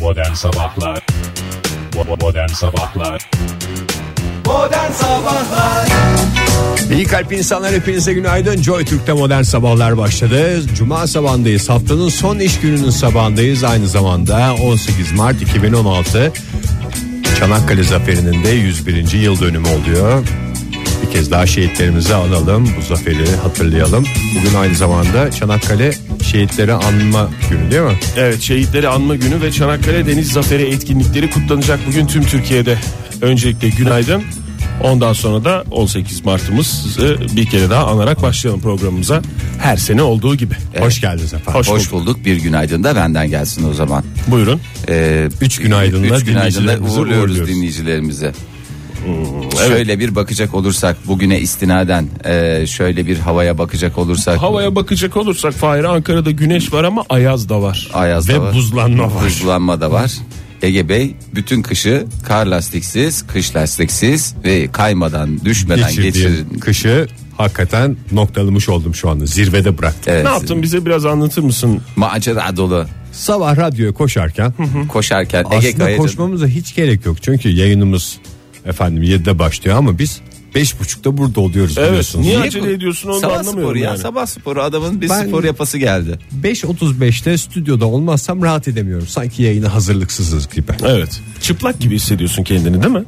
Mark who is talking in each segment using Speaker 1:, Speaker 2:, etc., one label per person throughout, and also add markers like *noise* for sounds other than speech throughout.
Speaker 1: Modern Sabahlar Bo- Modern Sabahlar
Speaker 2: İyi kalp insanlar hepinize günaydın. Joy Türk'te modern sabahlar başladı. Cuma sabahındayız. Haftanın son iş gününün sabahındayız. Aynı zamanda 18 Mart 2016 Çanakkale Zaferi'nin de 101. yıl dönümü oluyor. Bir kez daha şehitlerimizi analım. Bu zaferi hatırlayalım. Bugün aynı zamanda Çanakkale şehitleri anma günü değil mi?
Speaker 3: Evet şehitleri anma günü ve Çanakkale Deniz Zaferi etkinlikleri kutlanacak bugün tüm Türkiye'de. Öncelikle günaydın. Ondan sonra da 18 Mart'ımızı e, bir kere daha anarak başlayalım programımıza. Her sene olduğu gibi.
Speaker 2: Hoş geldiniz efendim.
Speaker 3: Hoş,
Speaker 4: Hoş
Speaker 3: bulduk.
Speaker 4: bulduk. Bir günaydın da benden gelsin o zaman.
Speaker 3: Buyurun.
Speaker 4: Ee,
Speaker 2: Üç günaydınla
Speaker 4: üç günaydınla
Speaker 2: dinleyicilerimizi uğurluyoruz.
Speaker 4: uğurluyoruz dinleyicilerimize. Şöyle bir bakacak olursak bugüne istinaden e, şöyle bir havaya bakacak olursak
Speaker 3: Havaya bakacak olursak Fahir Ankara'da güneş var ama ayaz da var.
Speaker 4: ayaz da var,
Speaker 3: buzlanma
Speaker 4: buzlanma da var. Ege Bey bütün kışı kar lastiksiz, kış lastiksiz ve kaymadan düşmeden geçirin.
Speaker 2: Geçirdiğim kışı hakikaten noktalamış oldum şu anda. Zirvede bıraktım.
Speaker 4: Evet.
Speaker 3: Ne yaptın bize biraz anlatır mısın?
Speaker 4: Macera dolu
Speaker 2: Sabah radyoya koşarken
Speaker 4: koşarken Ege
Speaker 2: Aslında
Speaker 4: Kayacan-
Speaker 2: koşmamıza hiç gerek yok. Çünkü yayınımız efendim 7'de başlıyor ama biz 5.30'da burada oluyoruz
Speaker 3: Evet.
Speaker 2: biliyorsunuz.
Speaker 3: Niye
Speaker 4: Niye bu-
Speaker 3: acele ediyorsun onu da
Speaker 4: Sabah
Speaker 3: anlamıyorum
Speaker 4: sporu ya
Speaker 3: yani.
Speaker 4: sabah sporu adamın bir
Speaker 2: Ben-
Speaker 4: spor yapası geldi.
Speaker 2: 5.35'te stüdyoda olmazsam rahat edemiyorum. Sanki yayına hazırlıksızız gibi.
Speaker 3: Evet. Çıplak gibi hissediyorsun kendini değil mi?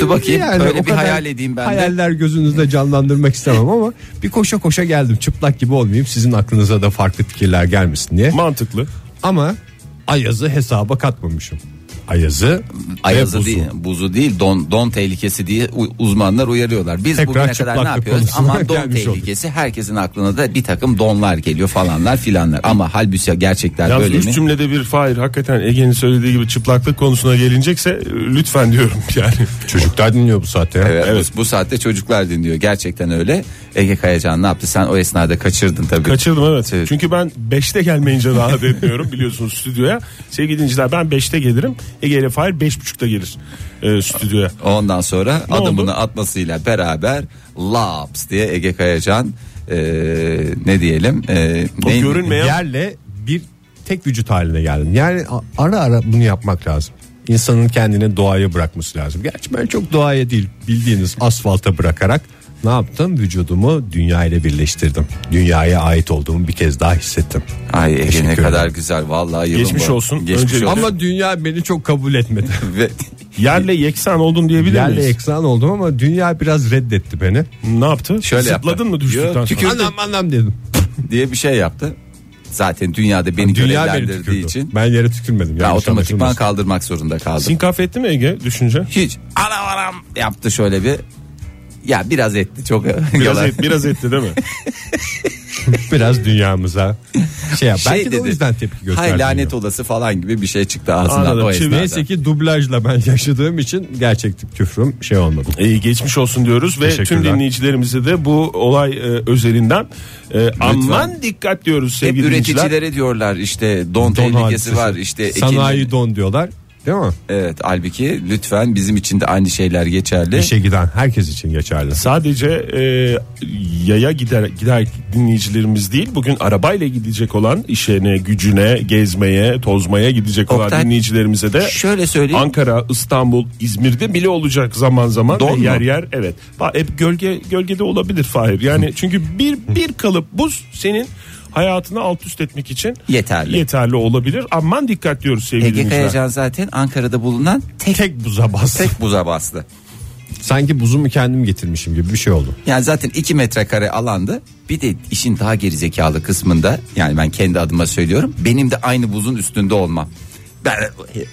Speaker 4: Dur bakayım
Speaker 2: Yani o
Speaker 4: öyle bir
Speaker 2: kadar
Speaker 4: hayal edeyim ben de.
Speaker 2: Hayaller gözünüzde canlandırmak istemem ama bir koşa koşa geldim. Çıplak gibi olmayayım. Sizin aklınıza da farklı fikirler gelmesin diye.
Speaker 3: Mantıklı.
Speaker 2: Ama Ayaz'ı hesaba katmamışım. Ayaz'ı
Speaker 4: Ayazı
Speaker 2: ve buzu.
Speaker 4: değil, buzu değil, don don tehlikesi diye u- uzmanlar uyarıyorlar. Biz
Speaker 2: Tekrar
Speaker 4: bugüne kadar
Speaker 2: çıplaklık
Speaker 4: ne yapıyoruz?
Speaker 2: konusuna
Speaker 4: Aman don
Speaker 2: gelmiş olduk.
Speaker 4: tehlikesi herkesin aklına da bir takım donlar geliyor falanlar filanlar. Ama halbuki gerçekler
Speaker 3: Yalnız
Speaker 4: böyle
Speaker 3: üç
Speaker 4: mi?
Speaker 3: cümlede bir Fahir hakikaten Ege'nin söylediği gibi çıplaklık konusuna gelinecekse e, lütfen diyorum *laughs* yani.
Speaker 2: Çocuklar dinliyor bu saatte.
Speaker 4: Evet, Bu, bu saatte çocuklar dinliyor. Gerçekten öyle. Ege Kayacan ne yaptı? Sen o esnada kaçırdın tabii.
Speaker 3: Kaçırdım evet.
Speaker 4: Evet.
Speaker 3: Çünkü ben 5'te gelmeyince rahat etmiyorum biliyorsunuz stüdyoya. Sevgili dinleyiciler ben 5'te gelirim. Ege ile Fahir 5.30'da gelir e, stüdyoya.
Speaker 4: Ondan sonra
Speaker 3: oldu?
Speaker 4: adımını atmasıyla beraber laps diye Ege Kayacan e, ne diyelim? E,
Speaker 3: O
Speaker 4: ne-
Speaker 3: görünmeyen
Speaker 2: yerle bir tek vücut haline geldim. Yani a- ara ara bunu yapmak lazım. İnsanın kendini doğaya bırakması lazım. Gerçi ben çok doğaya değil bildiğiniz asfalta bırakarak ne yaptım? Vücudumu dünya ile birleştirdim. Dünyaya ait olduğumu bir kez daha hissettim.
Speaker 4: Ay Ege ne
Speaker 2: Teşekkür
Speaker 4: kadar
Speaker 2: ederim.
Speaker 4: güzel vallahi yılın
Speaker 3: Geçmiş
Speaker 4: bu-
Speaker 3: olsun.
Speaker 4: Geçmiş
Speaker 3: Öncelikle.
Speaker 4: olsun.
Speaker 2: Ama dünya beni çok kabul
Speaker 4: *laughs*
Speaker 2: etmedi.
Speaker 4: Ve
Speaker 3: yerle yeksan oldum diyebilir
Speaker 2: Yerle
Speaker 3: miyiz?
Speaker 2: eksan oldum ama dünya biraz reddetti beni.
Speaker 3: Ne yaptı?
Speaker 4: Şöyle
Speaker 3: Zıpladın
Speaker 4: yaptı.
Speaker 3: mı düştükten
Speaker 4: Yok,
Speaker 3: sonra?
Speaker 4: tükürdü.
Speaker 2: Anam anam dedim.
Speaker 4: diye bir şey yaptı. Zaten dünyada beni
Speaker 2: Dünya beni
Speaker 4: görevlendirdiği
Speaker 2: tükürdü.
Speaker 4: için
Speaker 2: Ben yere tükürmedim.
Speaker 4: ben
Speaker 2: Yanlış
Speaker 4: otomatikman
Speaker 2: anlaşılmasın.
Speaker 4: kaldırmak zorunda kaldım.
Speaker 3: Sinkaf etti mi Ege düşünce?
Speaker 4: Hiç anam anam yaptı şöyle bir. Ya biraz etti çok.
Speaker 3: Biraz,
Speaker 4: *laughs* yalan.
Speaker 3: et, biraz etti
Speaker 4: *laughs*
Speaker 3: değil mi?
Speaker 2: Biraz dünyamıza şey yap.
Speaker 4: Şey
Speaker 2: belki de o
Speaker 4: dedi,
Speaker 2: yüzden tepki gösterdim.
Speaker 4: Hay lanet olası falan gibi bir şey çıktı ağzından
Speaker 3: Anladım.
Speaker 4: o
Speaker 3: Çevir-
Speaker 4: esnada.
Speaker 2: Neyse ki dublajla ben *laughs* yaşadığım için gerçeklik küfrüm şey olmadı.
Speaker 3: İyi geçmiş olsun diyoruz ve tüm
Speaker 2: Teşekkürler.
Speaker 3: dinleyicilerimize de bu olay e, özelinden e, aman dikkat diyoruz
Speaker 4: Hep
Speaker 3: sevgili dinleyiciler.
Speaker 4: üreticilere diyorlar işte don,
Speaker 2: hadisesi.
Speaker 4: tehlikesi var işte ekinin-
Speaker 2: Sanayi don diyorlar. Değil mi?
Speaker 4: Evet halbuki lütfen bizim için de aynı şeyler geçerli.
Speaker 2: İşe giden herkes için geçerli.
Speaker 3: Sadece e, yaya gider gider dinleyicilerimiz değil bugün arabayla gidecek olan işine gücüne gezmeye tozmaya gidecek olan
Speaker 4: Oktay,
Speaker 3: dinleyicilerimize de
Speaker 4: Şöyle söyleyeyim.
Speaker 3: Ankara, İstanbul, İzmir'de bile olacak zaman zaman
Speaker 4: Don
Speaker 3: ve
Speaker 4: mu?
Speaker 3: yer yer evet. Ba- Hep gölge gölgede olabilir Fahir. Yani çünkü bir bir kalıp buz senin hayatını alt üst etmek için
Speaker 4: Yeterli. E,
Speaker 3: yeterli olabilir. Aman dikkat diyoruz sevgili
Speaker 4: Ege
Speaker 3: dinleyiciler.
Speaker 4: Kayacan zaten Ankara'da bulunan tek
Speaker 2: Tek buza bastı.
Speaker 4: tek buza bastı.
Speaker 2: Sanki buzumu kendim getirmişim gibi bir şey oldu.
Speaker 4: Yani zaten 2 metrekare alandı. Bir de işin daha gerizekalı kısmında yani ben kendi adıma söylüyorum. Benim de aynı buzun üstünde olmam. Ben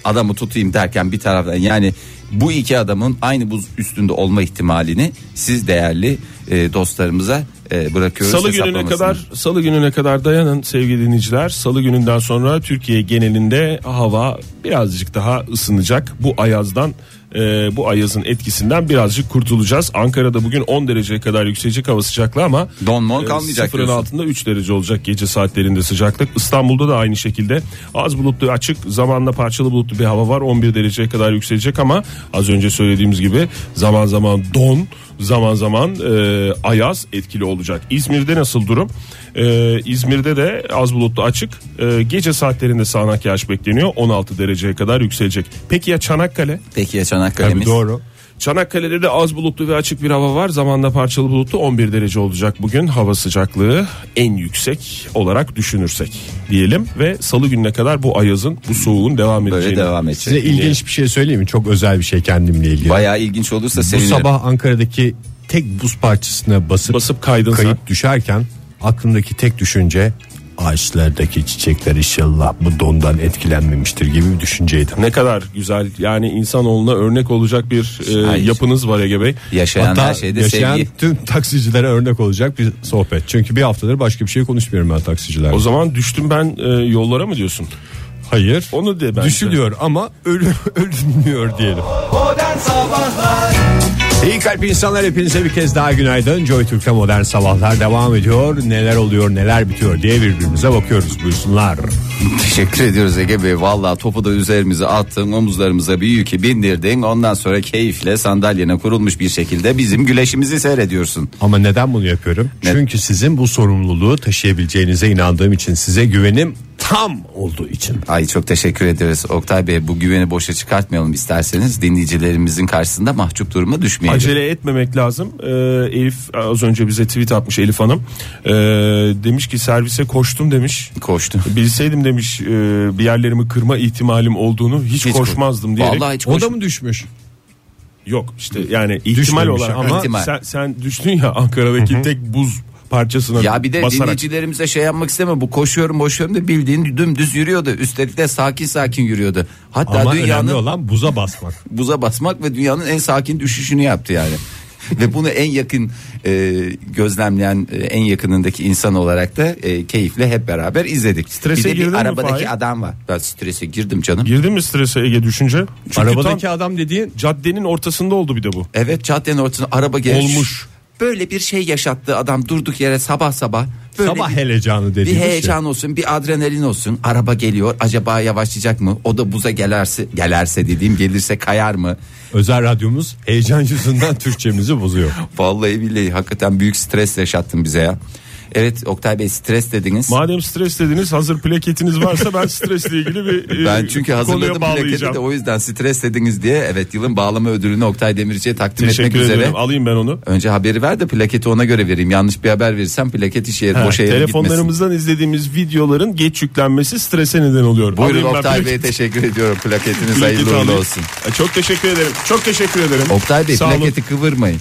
Speaker 4: adamı tutayım derken bir taraftan yani bu iki adamın aynı buz üstünde olma ihtimalini siz değerli e, dostlarımıza e, bırakıyoruz.
Speaker 3: Salı gününe
Speaker 4: hesaplamasını.
Speaker 3: kadar Salı gününe kadar dayanın sevgili dinleyiciler. Salı gününden sonra Türkiye genelinde hava birazcık daha ısınacak. Bu ayazdan e, e, bu ayazın etkisinden birazcık kurtulacağız. Ankara'da bugün 10 dereceye kadar yükselecek hava sıcaklığı ama
Speaker 4: Don mon
Speaker 3: e,
Speaker 4: kalmayacak
Speaker 3: sıfırın
Speaker 4: diyorsun.
Speaker 3: altında 3 derece olacak gece saatlerinde sıcaklık. İstanbul'da da aynı şekilde az bulutlu açık zamanla parçalı bulutlu bir hava var. 11 dereceye kadar yükselecek ama az önce söylediğimiz gibi zaman zaman don zaman zaman e, ayaz etkili olacak. İzmir'de nasıl durum? E, İzmir'de de az bulutlu açık E, gece saatlerinde sağanak yağış bekleniyor 16 dereceye kadar yükselecek. Peki ya Çanakkale?
Speaker 4: Peki ya Çanakkale'miz?
Speaker 2: Tabii doğru.
Speaker 3: Çanakkale'de de az bulutlu ve açık bir hava var. Zamanla parçalı bulutlu 11 derece olacak bugün. Hava sıcaklığı en yüksek olarak düşünürsek diyelim. Ve salı gününe kadar bu ayazın, bu soğuğun devam edeceğini.
Speaker 4: Böyle devam edecek.
Speaker 2: Şey, Size ilginç bir şey söyleyeyim mi? Çok özel bir şey kendimle ilgili.
Speaker 4: Bayağı ilginç olursa
Speaker 2: Bu
Speaker 4: sevinirim.
Speaker 2: sabah Ankara'daki tek buz parçasına basıp,
Speaker 3: Basıp kaydın sen.
Speaker 2: kayıp düşerken aklımdaki tek düşünce ağaçlardaki çiçekler inşallah bu dondan etkilenmemiştir gibi bir düşünceydi.
Speaker 3: Ne kadar güzel yani insanoğluna örnek olacak bir e,
Speaker 4: Ay.
Speaker 3: yapınız var Ege Bey.
Speaker 4: Yaşayan her şeyde
Speaker 2: yaşayan
Speaker 4: sevgi.
Speaker 2: tüm taksicilere örnek olacak bir sohbet. Çünkü bir haftadır başka bir şey konuşmuyorum ben taksicilerle.
Speaker 3: O zaman düştüm ben e, yollara mı diyorsun?
Speaker 2: Hayır.
Speaker 3: Onu de bence.
Speaker 2: Düşünüyor ama ölü, *laughs* ölünmüyor diyelim. İyi kalp insanlar hepinize bir kez daha günaydın. Joy Türk'te modern sabahlar devam ediyor. Neler oluyor neler bitiyor diye birbirimize bakıyoruz buyursunlar.
Speaker 4: Teşekkür ediyoruz Ege Bey. Valla topu da üzerimize attın, omuzlarımıza bir yükü bindirdin. Ondan sonra keyifle sandalyene kurulmuş bir şekilde bizim güleşimizi seyrediyorsun.
Speaker 2: Ama neden bunu yapıyorum?
Speaker 4: Ne-
Speaker 2: Çünkü sizin bu sorumluluğu taşıyabileceğinize inandığım için size güvenim tam olduğu için.
Speaker 4: Ay çok teşekkür ederiz. Oktay Bey bu güveni boşa çıkartmayalım isterseniz. Dinleyicilerimizin karşısında mahcup duruma düşmeyelim.
Speaker 3: Acele etmemek lazım. Ee, Elif az önce bize tweet atmış Elif Hanım. Ee, demiş ki servise koştum demiş.
Speaker 4: Koştu.
Speaker 3: Bilseydim demiş e, bir yerlerimi kırma ihtimalim olduğunu hiç,
Speaker 4: Hiç
Speaker 3: koşmazdım diyerek.
Speaker 4: Vallahi hiç
Speaker 2: O
Speaker 4: koş-
Speaker 2: da mı düşmüş?
Speaker 3: Yok işte yani ihtimal
Speaker 2: Düşmemiş
Speaker 3: olan
Speaker 2: ama.
Speaker 3: ama
Speaker 4: İhtimal.
Speaker 3: Sen, sen düştün ya Ankara'daki tek buz parçasına
Speaker 4: Ya bir de
Speaker 3: basarak.
Speaker 4: dinleyicilerimize şey yapmak isteme. Bu koşuyorum boşuyorum da bildiğin dümdüz yürüyordu. Üstelik de sakin sakin yürüyordu. Hatta
Speaker 2: Ama
Speaker 4: dünyanın
Speaker 2: önemli olan buza basmak.
Speaker 4: buza basmak ve dünyanın en sakin düşüşünü
Speaker 3: *laughs*
Speaker 4: yaptı yani. ve bunu en yakın e, gözlemleyen e, en yakınındaki insan olarak da e, keyifle hep beraber izledik.
Speaker 3: Strese
Speaker 4: bir de
Speaker 3: girdin mi
Speaker 4: bir arabadaki
Speaker 3: Fahir?
Speaker 4: adam var. Ben strese girdim canım.
Speaker 3: Girdin mi strese Ege düşünce? Çünkü
Speaker 2: Arabadaki
Speaker 3: tam
Speaker 2: adam dediğin
Speaker 3: caddenin ortasında oldu bir de bu.
Speaker 4: Evet caddenin ortasına araba gelmiş.
Speaker 3: Olmuş.
Speaker 4: Böyle bir şey yaşattı adam durduk yere sabah sabah. Böyle
Speaker 2: sabah
Speaker 4: bir-
Speaker 2: heyecanı
Speaker 4: bir
Speaker 2: dediğimiz şey.
Speaker 4: heyecan olsun bir adrenalin olsun araba geliyor acaba yavaşlayacak mı o da buza gelerse gelerse dediğim gelirse kayar mı
Speaker 2: Özel radyomuz heyecan yüzünden *laughs* Türkçemizi bozuyor.
Speaker 4: Vallahi billahi hakikaten büyük stres yaşattın bize ya. Evet Oktay Bey stres dediniz.
Speaker 3: Madem stres dediniz hazır plaketiniz varsa ben stresle ilgili bir e,
Speaker 4: ben çünkü hazırladım
Speaker 3: konuya
Speaker 4: plaketi
Speaker 3: bağlayacağım.
Speaker 4: de o yüzden stres dediniz diye evet yılın bağlama ödülünü Oktay Demirci'ye takdim
Speaker 3: Teşekkür
Speaker 4: etmek üzere.
Speaker 3: ederim alayım ben onu.
Speaker 4: Önce haberi ver de plaketi ona göre vereyim. Yanlış bir haber verirsem plaket işe
Speaker 3: Ha,
Speaker 4: boşa yere gitmesin.
Speaker 3: telefonlarımızdan izlediğimiz videoların geç yüklenmesi strese neden oluyor.
Speaker 4: Buyurun
Speaker 3: Alayım ben
Speaker 4: Oktay
Speaker 3: plaketi.
Speaker 4: Bey'e teşekkür ediyorum. Plaketiniz
Speaker 3: Plaketi
Speaker 4: hayırlı uğurlu
Speaker 3: alayım.
Speaker 4: olsun.
Speaker 3: Ay, Çok teşekkür ederim. Çok teşekkür ederim.
Speaker 4: Oktay Bey
Speaker 3: Sağ olun.
Speaker 4: plaketi kıvırmayın.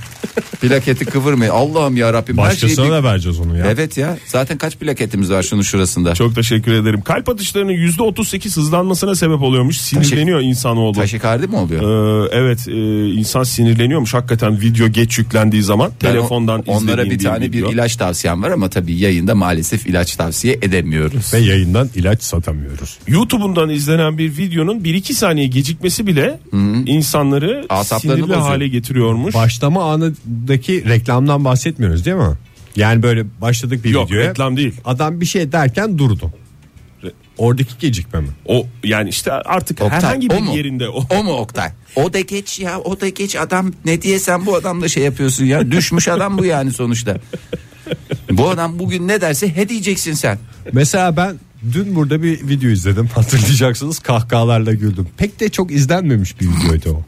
Speaker 4: plaketi kıvırmayın. Allah'ım ya Rabbim her
Speaker 2: Başkasına
Speaker 4: şeyi...
Speaker 2: da vereceğiz onu ya.
Speaker 4: Evet ya zaten kaç plaketimiz var şunun şurasında.
Speaker 3: Çok teşekkür ederim. Kalp atışlarının %38 hızlanmasına sebep oluyormuş. Sinirleniyor insanoğlu.
Speaker 4: Taşikardi mi oluyor?
Speaker 3: Ee, evet e, insan sinirleniyormuş hakikaten video geç yüklendiği zaman
Speaker 4: Ben
Speaker 3: telefondan
Speaker 4: on- onlara bir
Speaker 3: izlediğin
Speaker 4: tane bir
Speaker 3: video.
Speaker 4: ilaç tavsiyem var ama tabii yayında maalesef ilaç tavsiye edemiyoruz.
Speaker 2: Ve yayından ilaç satamıyoruz.
Speaker 3: YouTube'undan izlenen bir videonun 1-2 saniye gecikmesi bile insanları
Speaker 4: Asaplarını
Speaker 3: sinirli
Speaker 4: bozuyor.
Speaker 3: hale getiriyormuş.
Speaker 2: Başlama anındaki reklamdan bahsetmiyoruz değil mi? Yani böyle başladık bir
Speaker 3: Yok
Speaker 2: videoya.
Speaker 3: reklam değil.
Speaker 2: Adam bir şey derken durdu.
Speaker 3: Re-
Speaker 2: Oradaki gecikme mi?
Speaker 3: O yani işte artık
Speaker 4: Oktay,
Speaker 3: herhangi
Speaker 4: o
Speaker 3: bir
Speaker 4: mu?
Speaker 3: yerinde o
Speaker 4: O mu Oktay? O da geç ya o da geç adam ne diye sen bu adamla şey yapıyorsun ya düşmüş adam bu yani sonuçta. Bu adam bugün ne derse he diyeceksin sen.
Speaker 2: Mesela ben dün burada bir video izledim. *laughs* Hatırlayacaksınız kahkahalarla güldüm. Pek de çok izlenmemiş bir videoydu
Speaker 4: *laughs*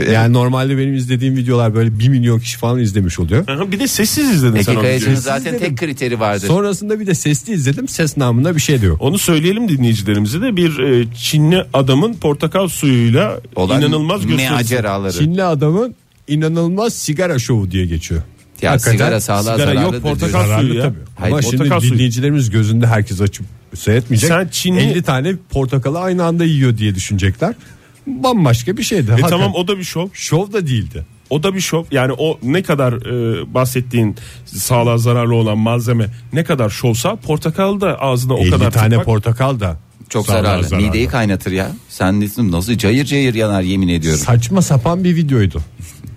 Speaker 2: o. Yani normalde benim izlediğim videolar böyle 1 milyon kişi falan izlemiş oluyor.
Speaker 3: Aha, bir de sessiz izledin E sen
Speaker 4: Ege
Speaker 3: o videoyu.
Speaker 4: Kayacan'ın zaten tek kriteri vardır.
Speaker 2: Sonrasında bir de sesli izledim. Ses namında bir şey diyor.
Speaker 3: Onu söyleyelim dinleyicilerimize de bir e, Çinli adamın portakal suyuyla
Speaker 4: Olan
Speaker 3: inanılmaz gösterisi.
Speaker 4: meaceraları.
Speaker 2: Çinli adamın inanılmaz sigara şovu diye geçiyor.
Speaker 4: Ya
Speaker 2: Hakikaten
Speaker 4: sigara sağlığa
Speaker 3: sigara yok,
Speaker 4: zararlıdır diyor.
Speaker 3: portakal
Speaker 2: Zararlı
Speaker 3: suyu ya.
Speaker 2: tabii.
Speaker 4: Hayır,
Speaker 2: Ama şimdi
Speaker 3: portakal suyu.
Speaker 2: dinleyicilerimiz gözünde herkes açıp seyretmeyecek.
Speaker 3: Sen Çinli-
Speaker 2: 50 tane portakalı aynı anda yiyor diye düşünecekler. Bambaşka bir şeydi.
Speaker 3: E
Speaker 2: Hakikaten
Speaker 3: tamam o da bir şov.
Speaker 2: şov da değildi.
Speaker 3: O da bir şov. Yani o ne kadar e, bahsettiğin sağlığa zararlı olan malzeme ne kadar şovsa portakal da ağzına o
Speaker 2: 50
Speaker 3: kadar
Speaker 2: tane
Speaker 3: tutmak.
Speaker 2: portakal da
Speaker 4: Çok
Speaker 2: Sağlığa
Speaker 4: zararlı.
Speaker 2: zararlı.
Speaker 4: Mideyi kaynatır ya. Sen dedim nasıl cayır cayır yanar yemin ediyorum.
Speaker 2: Saçma sapan bir videoydu.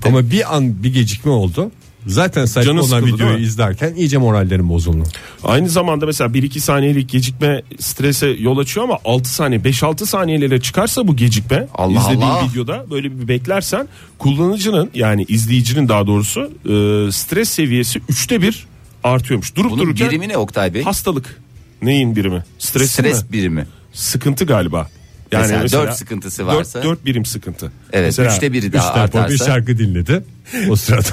Speaker 2: Ama bir an bir gecikme oldu. Zaten saçma
Speaker 3: Canı
Speaker 2: olan
Speaker 3: sıkıldı,
Speaker 2: videoyu
Speaker 3: değil mi?
Speaker 2: izlerken iyice morallerim bozuldu.
Speaker 3: Aynı zamanda mesela 1-2 saniyelik gecikme strese yol açıyor ama 6 saniye 5-6 saniyelere çıkarsa bu gecikme
Speaker 4: Allah
Speaker 3: izlediğin
Speaker 4: Allah.
Speaker 3: videoda böyle bir beklersen kullanıcının yani izleyicinin daha doğrusu e, stres seviyesi üçte bir artıyormuş. Durup
Speaker 4: Bunun
Speaker 3: dururken
Speaker 4: birimi ne Oktay Bey?
Speaker 3: hastalık neyin birimi? Stres,
Speaker 4: Stres
Speaker 3: mi?
Speaker 4: birimi.
Speaker 3: Sıkıntı galiba. Yani
Speaker 4: Mesela dört sıkıntısı varsa-
Speaker 3: 4, birim sıkıntı.
Speaker 4: Evet
Speaker 3: Mesela
Speaker 4: üçte biri
Speaker 2: Üç
Speaker 4: daha
Speaker 2: defa bir
Speaker 4: artarsa.
Speaker 2: şarkı dinledi. O sırada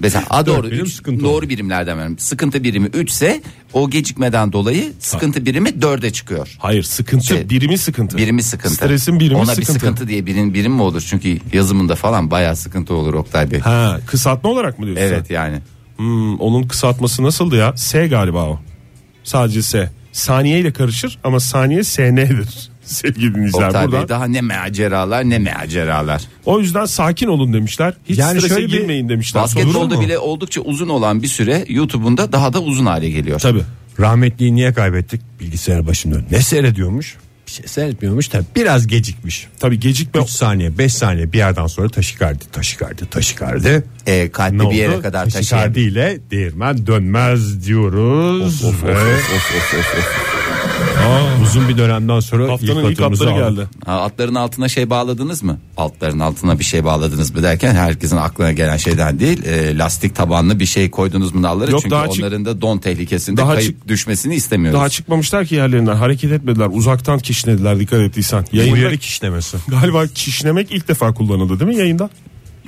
Speaker 4: Mesela a doğru
Speaker 2: birim
Speaker 4: üç-
Speaker 2: sıkıntı
Speaker 4: doğru birimlerden verelim. Sıkıntı birimi 3 ise o gecikmeden dolayı sıkıntı birimi 4'e çıkıyor.
Speaker 3: Hayır sıkıntı
Speaker 4: Şey,
Speaker 3: birimi sıkıntı.
Speaker 4: Birimi sıkıntı.
Speaker 3: Stresin birimi
Speaker 4: Ona
Speaker 3: sıkıntı.
Speaker 4: bir sıkıntı diye birin, birim mi olur? Çünkü yazımında falan bayağı sıkıntı olur Oktay Bey.
Speaker 3: Ha kısaltma olarak mı diyorsun? sen?
Speaker 4: Evet yani.
Speaker 3: Hmm, onun kısaltması nasıldı ya? S galiba o. Sadece S. Saniye ile karışır ama saniye SN'dir. *laughs* Sevgili dinleyiciler
Speaker 4: Oktay
Speaker 3: buradan.
Speaker 4: Bey daha ne maceralar ne maceralar.
Speaker 3: O yüzden sakin olun demişler. Hiç
Speaker 2: Yani
Speaker 3: strese
Speaker 2: şöyle bir-
Speaker 3: girmeyin demişler. Sorun
Speaker 4: Basketbolda
Speaker 3: mu?
Speaker 4: bile oldukça uzun olan bir süre YouTube'un da daha da uzun hale geliyor.
Speaker 3: Tabii.
Speaker 2: rahmetliyi niye kaybettik? Bilgisayar başında ne seyrediyormuş? Bir şey seyretmiyormuş da biraz gecikmiş.
Speaker 3: Tabii gecikme
Speaker 2: 3 saniye 5 saniye bir yerden sonra taşikardi taşikardi taşikardi.
Speaker 4: E, kalpli
Speaker 2: Ne
Speaker 4: bir
Speaker 2: oldu?
Speaker 4: yere kadar taşıyan
Speaker 2: taşikardi ile değirmen dönmez diyoruz.
Speaker 3: Of, of,
Speaker 2: Ve uzun bir dönemden sonra
Speaker 3: haftanın ilk
Speaker 2: atımızı
Speaker 3: haftaları
Speaker 2: aldık.
Speaker 3: geldi.
Speaker 4: Ha, atların altına şey bağladınız mı? Altların altına bir şey bağladınız mı derken herkesin aklına gelen şeyden değil. e, lastik tabanlı bir şey koydunuz mu nallara?
Speaker 3: Yok,
Speaker 4: Çünkü
Speaker 3: daha çık-
Speaker 4: onların da don tehlikesinde
Speaker 3: Daha
Speaker 4: kayıp düşmesini istemiyoruz.
Speaker 3: Daha çıkmamışlar ki yerlerinden hareket etmediler. Uzaktan kişnediler dikkat ettiysen. Yayında
Speaker 2: Uyarı kişnemesi.
Speaker 3: *laughs* galiba kişnemek ilk defa kullanıldı değil mi yayında?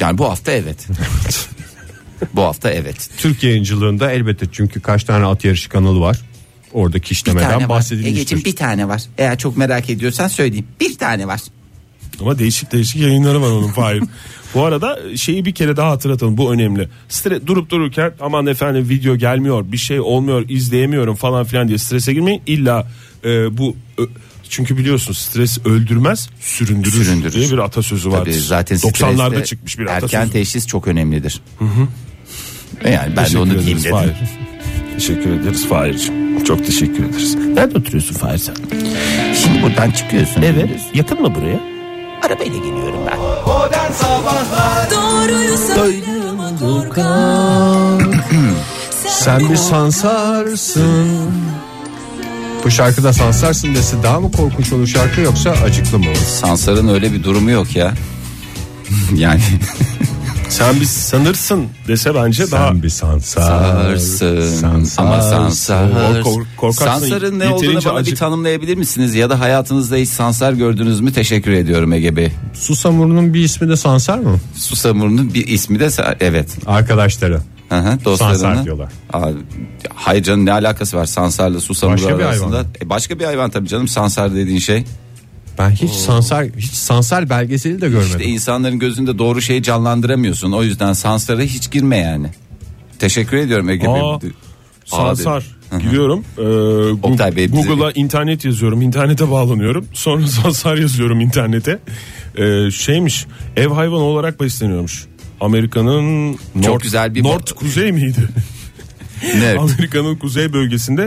Speaker 4: Yani bu
Speaker 3: *laughs*
Speaker 4: hafta evet. bu hafta evet.
Speaker 2: Türk yayıncılığında elbette çünkü kaç tane at yarışı kanalı var. Orada
Speaker 4: Bir tane
Speaker 2: kişnemeden
Speaker 4: var.
Speaker 2: bahsedilmiştir.
Speaker 4: Ege'cim bir tane var. Eğer çok merak ediyorsan söyleyeyim. Bir tane var.
Speaker 3: Ama değişik değişik yayınları var onun
Speaker 4: *laughs*
Speaker 3: Fahir. Bu arada şeyi bir kere daha hatırlatalım bu önemli. Stre durup dururken aman efendim video gelmiyor bir şey olmuyor izleyemiyorum falan filan diye strese girmeyin. İlla e, bu ö- çünkü biliyorsunuz stres öldürmez süründürür,
Speaker 4: Süründürür.
Speaker 3: diye bir atasözü vardır.
Speaker 4: Tabii zaten
Speaker 3: 90'larda
Speaker 4: streste
Speaker 3: çıkmış bir
Speaker 4: Erken
Speaker 3: atasözü.
Speaker 4: teşhis çok önemlidir. Yani ben de
Speaker 3: Teşekkür
Speaker 4: onu
Speaker 3: ederiz
Speaker 4: diyeyim dedim.
Speaker 3: Fahir. teşekkür ederiz Fahir'cim. Çok teşekkür ederiz. Nerede oturuyorsun Fahir sen?
Speaker 4: Şimdi buradan çıkıyorsun.
Speaker 3: Yakın mı buraya?
Speaker 4: Arabayla geliyorum ben.
Speaker 5: Doğruyu söyle ama korkak
Speaker 2: Sen bir sansarsın. Bu şarkıda sansarsın dese daha mı korkunç olur şarkı yoksa acıklı mı olur?
Speaker 4: Sansar'ın öyle bir durumu yok ya. *laughs* yani
Speaker 3: Sen biz sanırsın dese bence daha
Speaker 2: Sen bir sansar.
Speaker 4: Sansarsın
Speaker 2: Sansarsın.
Speaker 4: ama sansar.
Speaker 3: Kork- kork- korkarsın.
Speaker 4: Sansarın ne olduğunu
Speaker 3: Yeterince
Speaker 4: bana bir
Speaker 3: acı-
Speaker 4: tanımlayabilir misiniz? Ya da hayatınızda hiç sansar gördünüz mü? Teşekkür ediyorum Ege Bey.
Speaker 2: Susamur'un bir ismi de sansar mı?
Speaker 4: Susamur'un bir ismi de sa- evet.
Speaker 2: Arkadaşları.
Speaker 4: Hı hı, dostlarını.
Speaker 2: Sansar diyorlar.
Speaker 4: Aa, hayır canım ne alakası var sansarla susamur
Speaker 2: Başka bir
Speaker 4: arasında?
Speaker 2: hayvan.
Speaker 4: E, başka bir hayvan tabii canım sansar dediğin şey.
Speaker 2: Ben hiç sansar hiç sansar belgeseli de görmedim.
Speaker 4: İşte insanların gözünde doğru şeyi canlandıramıyorsun. O yüzden sansara hiç girme yani. Teşekkür ediyorum Ege Bey.
Speaker 3: Aa,
Speaker 4: Aa,
Speaker 3: Sansar giriyorum. Ee, Gu-
Speaker 4: Oktay Bey bize-
Speaker 3: Google'a internet yazıyorum. internete bağlanıyorum. Sonra *laughs* Sansar yazıyorum internete. Ee, şeymiş ev hayvanı olarak besleniyormuş. Amerika'nın
Speaker 4: Çok
Speaker 3: North-
Speaker 4: güzel bir-
Speaker 3: North kuzey miydi?
Speaker 4: *laughs*
Speaker 3: *laughs*
Speaker 4: Evet.
Speaker 3: Amerika'nın kuzey bölgesinde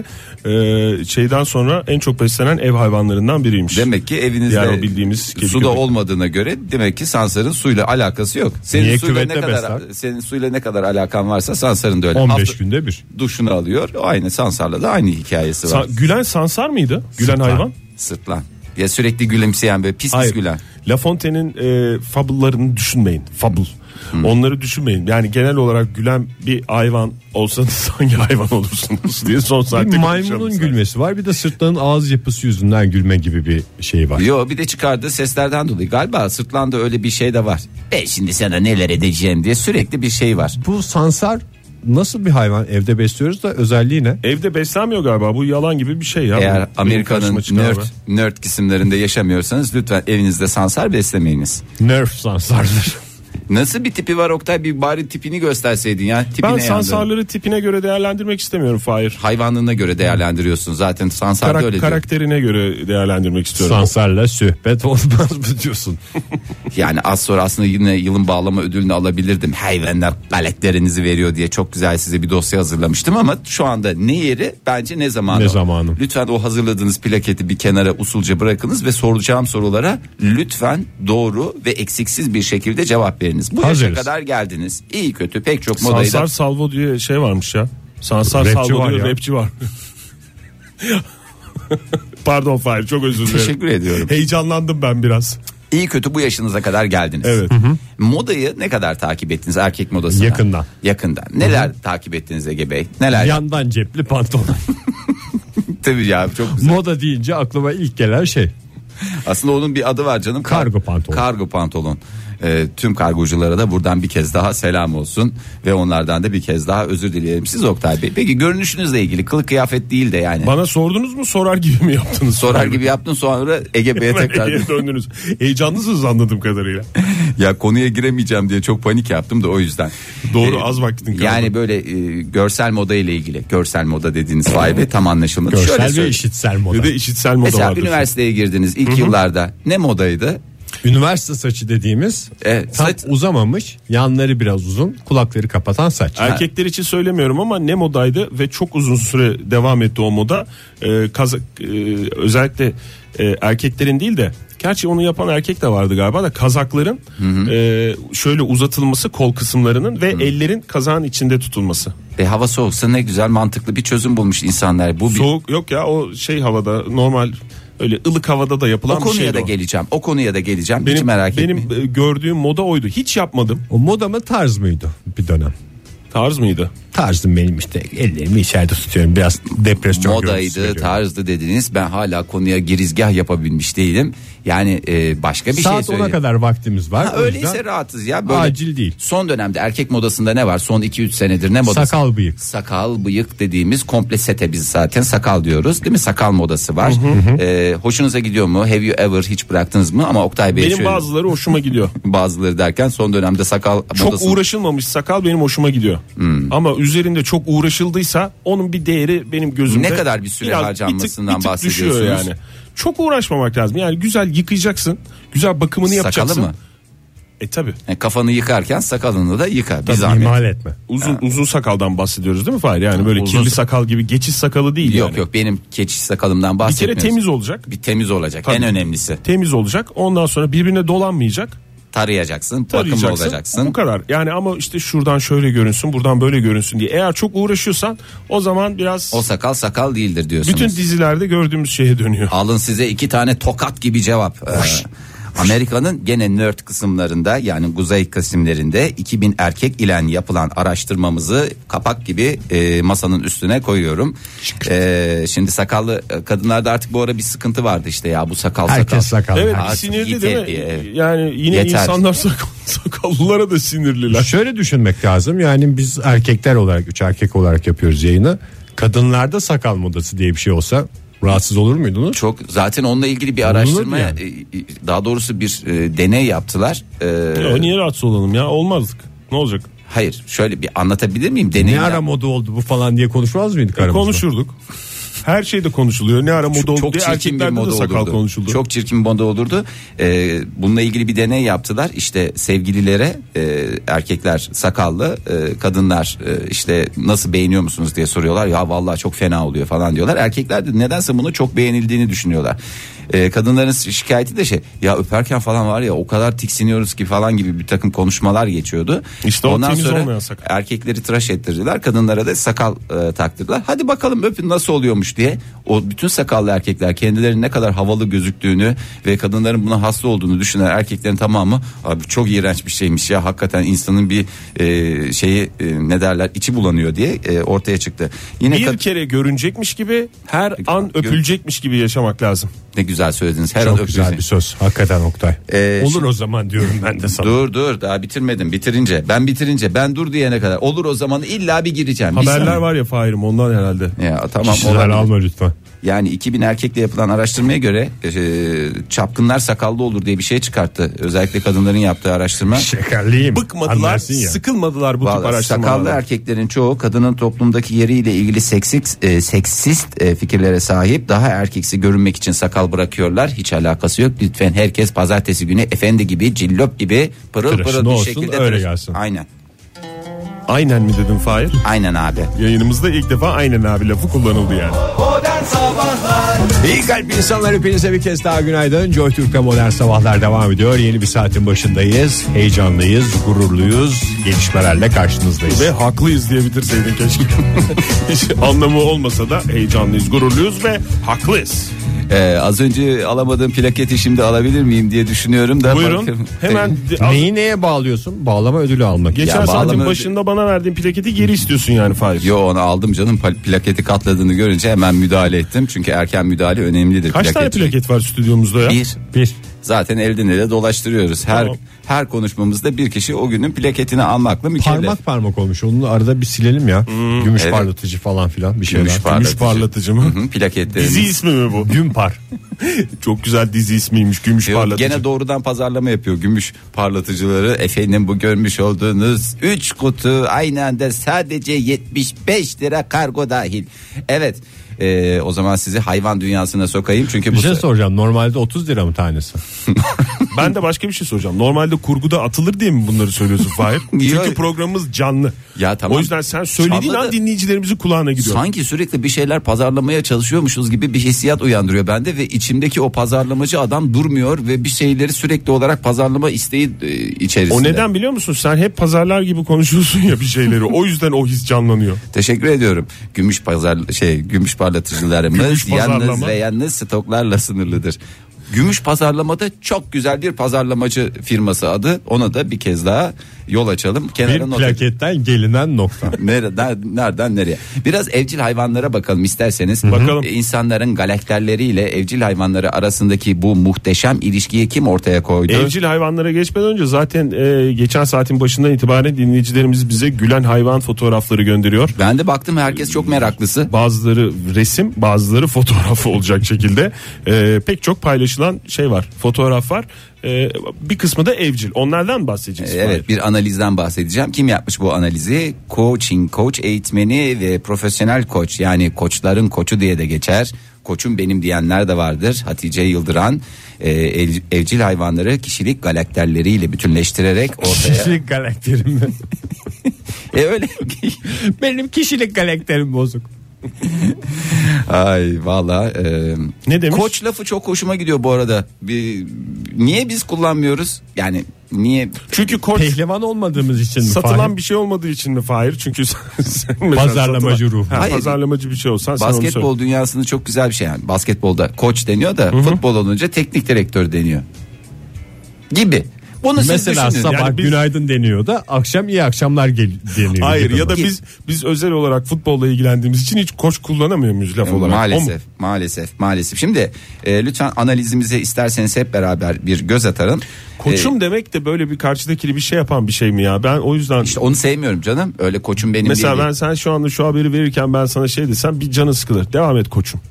Speaker 3: e, şeyden sonra en çok beslenen ev hayvanlarından biriymiş.
Speaker 4: Demek ki evinizde
Speaker 3: Yani o bildiğimiz kedi
Speaker 4: su da
Speaker 3: köpek.
Speaker 4: olmadığına göre demek ki sansarın suyla alakası yok. Senin
Speaker 2: Niye
Speaker 4: suyla ne
Speaker 2: küvette
Speaker 4: kadar
Speaker 2: besler?
Speaker 4: senin suyla ne kadar alakan varsa sansarın da öyle.
Speaker 2: 15
Speaker 4: Hafta-
Speaker 2: günde bir.
Speaker 4: duşunu alıyor. O aynı sansarla da aynı hikayesi var.
Speaker 3: Sa- gülen Sansar mıydı? Gülen
Speaker 2: Sansar.
Speaker 3: hayvan.
Speaker 4: Sırtlan. Ya sürekli gülümseyen böyle pis pis
Speaker 3: Hayır.
Speaker 4: gülen.
Speaker 3: La Fontaine'in e, fable'larını düşünmeyin. Fable.
Speaker 4: Hmm.
Speaker 3: Onları düşünmeyin. Yani genel olarak gülen bir hayvan olsanız *laughs* hangi hayvan olursunuz diye son saatte
Speaker 2: Bir
Speaker 3: konuşalım
Speaker 2: maymunun
Speaker 3: sen.
Speaker 2: gülmesi var bir de sırtlanın ağız yapısı yüzünden gülme gibi bir şey var.
Speaker 4: Yo bir de çıkardığı seslerden dolayı galiba sırtlanda öyle bir şey de var. Ben şimdi sana neler edeceğim diye sürekli bir şey var.
Speaker 2: Bu sansar nasıl bir hayvan evde besliyoruz da özelliği ne?
Speaker 3: Evde beslenmiyor galiba. Bu yalan gibi bir şey ya.
Speaker 4: Eğer
Speaker 3: Benim
Speaker 4: Amerika'nın
Speaker 3: karşıma çıkar
Speaker 4: nerd,
Speaker 3: be.
Speaker 4: nerd kesimlerinde yaşamıyorsanız lütfen evinizde sansar beslemeyiniz.
Speaker 2: Nerf sansardır.
Speaker 4: Nasıl bir tipi var Oktay? Bir bari tipini gösterseydin ya. Tipine
Speaker 3: ben
Speaker 4: yandın.
Speaker 3: sansarları tipine göre değerlendirmek istemiyorum Fahir.
Speaker 4: hayvanlığına göre değerlendiriyorsun zaten sansarda
Speaker 3: Karak-
Speaker 4: öyle diyor.
Speaker 3: karakterine göre değerlendirmek istiyorum.
Speaker 2: Sansarla sohbet olmaz mı diyorsun?
Speaker 4: Yani az sonra aslında yine yılın bağlama ödülünü alabilirdim. Hayvanlar paletlerinizi veriyor diye çok güzel size bir dosya hazırlamıştım ama şu anda ne yeri bence ne zamanı.
Speaker 2: Ne zamanı?
Speaker 4: Lütfen o hazırladığınız plaketi bir kenara usulca bırakınız ve soracağım sorulara lütfen doğru ve eksiksiz bir şekilde cevap veriniz. Bu
Speaker 2: Hazırız.
Speaker 4: yaşa kadar geldiniz. İyi kötü pek çok modayı da
Speaker 3: Sansar Salvo diye şey varmış ya. Sansar
Speaker 2: Rapçi
Speaker 3: Salvo
Speaker 2: var
Speaker 3: diye
Speaker 2: ya.
Speaker 3: rapçi var. *laughs* Pardon Fahir çok
Speaker 4: *laughs*
Speaker 3: özür dilerim.
Speaker 4: teşekkür ediyorum.
Speaker 2: E-
Speaker 3: Heyecanlandım ben biraz.
Speaker 4: İyi kötü bu yaşınıza kadar geldiniz.
Speaker 3: Evet.
Speaker 4: Modayı ne kadar takip ettiniz erkek modasını?
Speaker 2: Yakından.
Speaker 4: Yakından. Neler takip ettiniz Ege Bey? Neler?
Speaker 2: Yandan cepli pantolon.
Speaker 4: Tabii ya çok
Speaker 2: *laughs*
Speaker 4: güzel.
Speaker 2: Moda deyince aklıma ilk gelen şey.
Speaker 4: Aslında onun bir adı var canım.
Speaker 2: Kargo pantolon.
Speaker 4: Kargo pantolon. Ee, tüm kargoculara da buradan bir kez daha selam olsun ve onlardan da bir kez daha özür dileyelim. Siz Oktay Bey. Peki görünüşünüzle ilgili kılık kıyafet değil de yani.
Speaker 3: Bana sordunuz mu sorar gibi mi yaptınız? *laughs*
Speaker 4: Sorar gibi yaptın sonra Ege Bey'e
Speaker 3: Hemen
Speaker 4: tekrar.
Speaker 3: Ege'ye döndünüz. Heyecanlısınız anladığım kadarıyla.
Speaker 4: *laughs* ya konuya giremeyeceğim diye çok panik yaptım da o yüzden.
Speaker 3: Doğru,
Speaker 4: Ee,
Speaker 3: az vaktin kaldı.
Speaker 4: Yani böyle e, görsel moda ile ilgili. Görsel moda dediğiniz vay be tam anlaşılmadı. Şöyle
Speaker 2: Görsel ve
Speaker 4: söyleyeyim.
Speaker 2: işitsel
Speaker 3: Bir
Speaker 2: moda.
Speaker 3: de işitsel moda
Speaker 4: Mesela
Speaker 3: vardır.
Speaker 4: üniversiteye girdiniz ilk yıllarda ne modaydı?
Speaker 2: Üniversite saçı dediğimiz
Speaker 4: Evet,
Speaker 2: tam
Speaker 4: saç-
Speaker 2: uzamamış, yanları biraz uzun, kulakları kapatan saç.
Speaker 3: Erkekler için söylemiyorum ama ne modaydı ve çok uzun süre devam etti o moda. Ee, kazak e, özellikle e, erkeklerin değil de gerçi onu yapan erkek de vardı galiba da kazakların e, şöyle uzatılması kol kısımlarının ve ellerin kazağın içinde tutulması.
Speaker 4: E, hava soğuksa ne güzel mantıklı bir çözüm bulmuş insanlar. Bu bir
Speaker 3: Soğuk yok ya o şey havada normal öyle ılık havada da yapılan
Speaker 4: o
Speaker 3: bir
Speaker 4: konuya
Speaker 2: şey
Speaker 3: şeydi
Speaker 4: da
Speaker 3: o.
Speaker 4: geleceğim. O konuya da geleceğim. Hiç
Speaker 3: Benim,
Speaker 4: merak
Speaker 3: benim
Speaker 4: etmeyin.
Speaker 3: e, gördüğüm moda oydu. Hiç yapmadım.
Speaker 2: O moda mı tarz mıydı bir dönem?
Speaker 3: Tarz mıydı?
Speaker 2: Tarzım benim işte ellerimi içeride tutuyorum biraz depresyon görüntüsü
Speaker 4: Modaydı,
Speaker 2: veriyorum.
Speaker 4: tarzdı dediniz. Ben hala konuya girizgah yapabilmiş değilim. Yani e, başka bir şey
Speaker 2: Saat 10'a
Speaker 4: söyleyeyim.
Speaker 2: kadar vaktimiz var.
Speaker 4: Ha,
Speaker 2: O
Speaker 4: öyleyse
Speaker 2: yüzden
Speaker 4: rahatız ya. Böyle
Speaker 2: Acil değil.
Speaker 4: Son dönemde erkek modasında ne var? Son 2-3 senedir ne modası?
Speaker 2: sakal bıyık.
Speaker 4: Sakal, bıyık dediğimiz komple sete biz zaten sakal diyoruz değil mi? Sakal modası var. E, hoşunuza gidiyor mu? Have you ever hiç bıraktınız mı? Ama Oktay Bey
Speaker 3: Benim bazıları hoşuma
Speaker 4: *laughs*
Speaker 3: gidiyor.
Speaker 4: bazıları derken son dönemde sakal
Speaker 3: Çok
Speaker 4: modasını-
Speaker 3: uğraşılmamış sakal benim hoşuma gidiyor.
Speaker 4: Hmm.
Speaker 3: Ama üzerinde çok uğraşıldıysa onun bir değeri benim gözümde.
Speaker 4: Ne kadar bir süre
Speaker 3: biraz
Speaker 4: harcanmasından
Speaker 3: bir tık, bir tık düşüyor
Speaker 4: bahsediyorsunuz?
Speaker 3: yani. Çok uğraşmamak lazım. Yani güzel yıkayacaksın. Güzel bakımını
Speaker 4: sakalı
Speaker 3: yapacaksın.
Speaker 4: mı?
Speaker 3: E tabi.
Speaker 4: Yani kafanı yıkarken sakalını da yıka. Bir zahmet.
Speaker 2: ihmal etme.
Speaker 3: Uzun uzun sakaldan bahsediyoruz değil mi Fahir? Yani böyle
Speaker 4: Uzun
Speaker 3: kirli
Speaker 4: sa-
Speaker 3: sakal gibi geçiş sakalı değil
Speaker 4: Yok
Speaker 3: yani.
Speaker 4: yok benim keçi sakalımdan
Speaker 3: Bir kere
Speaker 4: bahsetmiyoruz.
Speaker 3: temiz olacak.
Speaker 4: Bir temiz olacak
Speaker 3: Tabii.
Speaker 4: en önemlisi.
Speaker 3: Temiz olacak. Ondan sonra birbirine dolanmayacak.
Speaker 4: Tarayacaksın, bakımlı
Speaker 3: tarayacaksın. Bu
Speaker 4: olacaksın.
Speaker 3: kadar. Yani ama işte şuradan şöyle görünsün, buradan böyle görünsün diye. Eğer çok uğraşıyorsan o zaman biraz
Speaker 4: O sakal sakal değildir diyorsunuz.
Speaker 3: bütün dizilerde gördüğümüz şeye dönüyor.
Speaker 4: Alın size iki tane tokat gibi cevap. Ee, Amerika'nın gene nerd kısımlarında yani kuzey kısımlarında 2000 erkek ilen yapılan araştırmamızı kapak gibi e, masanın üstüne koyuyorum. E, şimdi sakallı e, kadınlarda artık bu ara bir sıkıntı vardı işte ya bu sakal
Speaker 2: Herkes
Speaker 4: sakal.
Speaker 2: sakal.
Speaker 3: Evet
Speaker 4: Artık
Speaker 3: sinirli
Speaker 4: yeter
Speaker 3: değil mi?
Speaker 4: diye.
Speaker 3: Yani yine
Speaker 4: Yeter.
Speaker 3: insanlar sakal, sakallılara da sinirliler.
Speaker 2: Şöyle düşünmek lazım yani biz erkekler olarak üç erkek olarak yapıyoruz yayını. Kadınlarda sakal modası diye bir şey olsa rahatsız olur muydunuz?
Speaker 4: Çok zaten onunla ilgili bir araştırma e, e, daha doğrusu bir e, deney yaptılar. E,
Speaker 3: Ya niye rahatsız olalım ya olmazdık. Ne olacak? E,
Speaker 4: hayır şöyle bir anlatabilir miyim deney?
Speaker 2: Ne ara moda oldu bu falan diye konuşmaz
Speaker 4: E,
Speaker 2: mıydık aramızda?
Speaker 3: Konuşurduk. Her şeyde konuşuluyor. Ne ara moda
Speaker 4: çok,
Speaker 3: oldu
Speaker 4: çok
Speaker 3: diye
Speaker 4: çirkin bir
Speaker 3: erkeklerde de
Speaker 4: moda
Speaker 3: sakal
Speaker 4: olurdu.
Speaker 3: konuşuldu.
Speaker 4: Çok çirkin bir moda olurdu. Ee, bununla ilgili bir deney yaptılar. İşte sevgililere e, erkekler sakallı, e, kadınlar e, işte nasıl beğeniyor musunuz diye soruyorlar. Ya vallahi çok fena oluyor falan diyorlar. Erkekler de nedense bunu çok beğenildiğini düşünüyorlar. Ee, kadınların şikayeti de şey ya öperken falan var ya o kadar tiksiniyoruz ki falan gibi bir takım konuşmalar geçiyordu.
Speaker 3: İşte o temiz olmayan sakal.
Speaker 4: Erkekleri tıraş ettirdiler. Kadınlara da sakal e, taktırdılar. Hadi bakalım öpün nasıl oluyormuş diye. O bütün sakallı erkekler kendilerinin ne kadar havalı gözüktüğünü ve kadınların buna hasta olduğunu düşünen erkeklerin tamamı abi çok iğrenç bir şeymiş ya hakikaten insanın bir e, şeyi e, ne derler içi bulanıyor diye e, ortaya çıktı. Yine
Speaker 3: bir
Speaker 4: kad-
Speaker 3: kere görünecekmiş gibi her an
Speaker 4: Gör-
Speaker 3: öpülecekmiş gibi yaşamak lazım.
Speaker 4: ne güzel söylediniz. Her an
Speaker 2: Çok
Speaker 4: öpüyorsun.
Speaker 2: güzel bir söz hakikaten Oktay.
Speaker 4: Ee,
Speaker 2: olur
Speaker 4: şimdi-
Speaker 2: o zaman diyorum ben de sana.
Speaker 4: Dur dur daha bitirmedim bitirince ben bitirince ben dur diyene kadar olur o zaman illa bir gireceğim. Bir
Speaker 3: Haberler
Speaker 4: saniye.
Speaker 3: var ya Fahir'im ondan herhalde.
Speaker 4: Ya tamam
Speaker 2: Kişiler
Speaker 4: olabilir.
Speaker 2: alma lütfen.
Speaker 4: Yani 2000 erkekle yapılan araştırmaya göre e, çapkınlar sakallı olur diye bir şey çıkarttı. Özellikle kadınların yaptığı araştırma.
Speaker 2: Şekerliyim.
Speaker 3: Bıkmadılar,
Speaker 2: Anlarsın ya.
Speaker 3: sıkılmadılar bu tip
Speaker 4: Vallahi sakallı
Speaker 3: araştırmalardan.
Speaker 4: erkeklerin çoğu kadının toplumdaki yeriyle ilgili seksist, e, seksist e, fikirlere sahip daha erkeksi görünmek için sakal mal bırakıyorlar. Hiç alakası yok. Lütfen herkes pazartesi günü efendi gibi, cillop gibi pırıl
Speaker 2: Tıraşını
Speaker 4: pırıl bir
Speaker 2: olsun,
Speaker 4: şekilde
Speaker 2: öyle
Speaker 4: tıraş-
Speaker 2: gelsin.
Speaker 4: Aynen.
Speaker 3: Aynen mi dedim Fahir?
Speaker 4: Aynen abi.
Speaker 3: Yayınımızda ilk defa aynen abi lafı kullanıldı yani.
Speaker 2: İyi kalp insanlar hepinize bir kez daha günaydın. Joy Türk'te modern sabahlar devam ediyor. Yeni bir saatin başındayız. Heyecanlıyız, gururluyuz. Gelişmelerle karşınızdayız.
Speaker 3: Ve haklıyız diye bitirseydin keşke. Hiç *laughs* anlamı olmasa da heyecanlıyız, gururluyuz ve haklıyız.
Speaker 4: Ee, az önce alamadığım plaketi şimdi alabilir miyim diye düşünüyorum da.
Speaker 3: Buyurun
Speaker 4: bakın-
Speaker 3: hemen de- al-
Speaker 2: Neyi neye bağlıyorsun? Bağlama ödülü almak.
Speaker 3: geçen
Speaker 4: Ya
Speaker 3: saatin
Speaker 4: bağlama-
Speaker 3: başında bana verdiğin plaketi geri istiyorsun yani Fahir.
Speaker 4: Yo onu aldım canım Pla- plaketi katladığını görünce hemen müdahale ettim. Çünkü erken müdahale önemlidir.
Speaker 3: Kaç tane plaket var stüdyomuzda ya?
Speaker 4: Bir.
Speaker 2: Bir.
Speaker 4: Zaten elden ele dolaştırıyoruz. Her
Speaker 3: Tamam.
Speaker 4: her konuşmamızda bir kişi o günün plaketini almakla mükellef.
Speaker 2: Parmak parmak olmuş. Onun arada bir silelim ya. Gümüş
Speaker 4: evet.
Speaker 2: parlatıcı falan filan bir şeyler.
Speaker 4: Gümüş parlatıcı.
Speaker 3: parlatıcı mı?
Speaker 4: Hı, plaketlerimiz.
Speaker 3: Dizi ismi mi bu?
Speaker 2: Gümpar.
Speaker 3: *laughs* Çok güzel dizi ismiymiş Gümüş
Speaker 4: Yok,
Speaker 3: Parlatıcı.
Speaker 4: Gene doğrudan pazarlama yapıyor gümüş parlatıcıları. Efendim bu görmüş olduğunuz 3 kutu aynı anda sadece 75 lira kargo dahil. Evet e, o zaman sizi hayvan dünyasına sokayım. Çünkü
Speaker 2: Bir
Speaker 4: bu
Speaker 2: şey
Speaker 4: se-
Speaker 2: soracağım. Normalde 30 lira mı tanesi?
Speaker 3: Ben de başka bir şey soracağım. Normalde kurguda atılır diye mi bunları söylüyorsun
Speaker 4: *laughs*
Speaker 3: Fahir? Çünkü
Speaker 4: Yok.
Speaker 3: programımız canlı.
Speaker 4: Ya tamam.
Speaker 3: O yüzden sen söylediğin
Speaker 4: Canlı da-
Speaker 3: an dinleyicilerimizin kulağına gidiyor.
Speaker 4: Sanki sürekli bir şeyler pazarlamaya çalışıyormuşuz gibi bir hissiyat uyandırıyor bende ve içimdeki o pazarlamacı adam durmuyor ve bir şeyleri sürekli olarak pazarlama isteği e, içerisinde.
Speaker 3: O neden biliyor musun? Sen hep pazarlar gibi konuşuyorsun ya bir şeyleri. o yüzden o his canlanıyor.
Speaker 4: Teşekkür ediyorum. Gümüş pazar şey gümüş parlatıcılarımız
Speaker 3: Gümüş
Speaker 4: yalnız
Speaker 3: pazarlama.
Speaker 4: ve yalnız stoklarla sınırlıdır. Gümüş pazarlamada çok güzel bir pazarlamacı firması adı. Ona da bir kez daha yol açalım. Kenara
Speaker 2: Bir
Speaker 4: not
Speaker 2: plaketten gelinen nokta.
Speaker 4: Nereden, nereden nereye? Biraz evcil hayvanlara bakalım isterseniz.
Speaker 3: Bakalım.
Speaker 4: Ee, İnsanların galakterleriyle evcil hayvanları arasındaki bu muhteşem ilişkiyi kim ortaya koydu?
Speaker 3: Evcil hayvanlara geçmeden önce zaten e, geçen saatin başından itibaren dinleyicilerimiz bize gülen hayvan fotoğrafları gönderiyor.
Speaker 4: Ben de baktım herkes çok meraklısı.
Speaker 3: Bazıları resim, bazıları fotoğraf olacak şekilde e, pek çok paylaşılan şey var, fotoğraf var. E, bir kısmı da evcil. Onlardan bahsedeceğiz. Fahir.
Speaker 4: Evet bir analizden bahsedeceğim. Kim yapmış bu analizi? Coaching coach eğitmeni ve profesyonel koç yani koçların koçu diye de geçer. Koçum benim diyenler de vardır. Hatice Yıldıran e, ev- evcil hayvanları kişilik galakterleriyle
Speaker 3: *laughs*
Speaker 4: bütünleştirerek ortaya.
Speaker 2: Kişilik karakterim mi?
Speaker 4: e öyle.
Speaker 2: Benim kişilik karakterim bozuk.
Speaker 4: Ay valla.
Speaker 3: Ne demiş?
Speaker 4: Koç lafı çok hoşuma gidiyor bu arada. Bir, niye biz kullanmıyoruz? Yani niye
Speaker 3: Çünkü koç
Speaker 2: Pehlivan olmadığımız için mi? Fahir?
Speaker 3: Satılan bir şey olmadığı için mi Fahir? Çünkü *laughs* sen, sen mesela
Speaker 2: Pazarlamacı
Speaker 3: satılan-
Speaker 2: ruh.
Speaker 3: Ha,
Speaker 4: Hayır.
Speaker 3: pazarlamacı bir şey olsan sen onu söyle.
Speaker 4: Basketbol dünyasında çok güzel bir şey yani. Basketbolda koç deniyor da futbol olunca teknik direktör deniyor. Gibi. Bunu
Speaker 2: Mesela
Speaker 4: siz düşünün.
Speaker 2: sabah
Speaker 3: Yani biz-
Speaker 2: günaydın deniyor da akşam iyi akşamlar gel deniyor.
Speaker 3: Hayır ya da
Speaker 4: Gibi.
Speaker 3: biz biz özel olarak futbolla ilgilendiğimiz için hiç koç kullanamıyor muyuz laf olarak? O mu?
Speaker 4: Maalesef, maalesef, maalesef. Şimdi e, lütfen analizimize isterseniz hep beraber bir göz atalım. E,
Speaker 3: Koçum demek de böyle bir karşıdakini bir şey yapan bir şey mi ya? Ben o yüzden
Speaker 4: E, onu sevmiyorum canım. Öyle koçum benim
Speaker 3: mesela
Speaker 4: diye
Speaker 3: ben
Speaker 4: değil.
Speaker 3: sen şu anda şu haberi verirken ben sana şey desem bir canın sıkılır. Devam et koçum.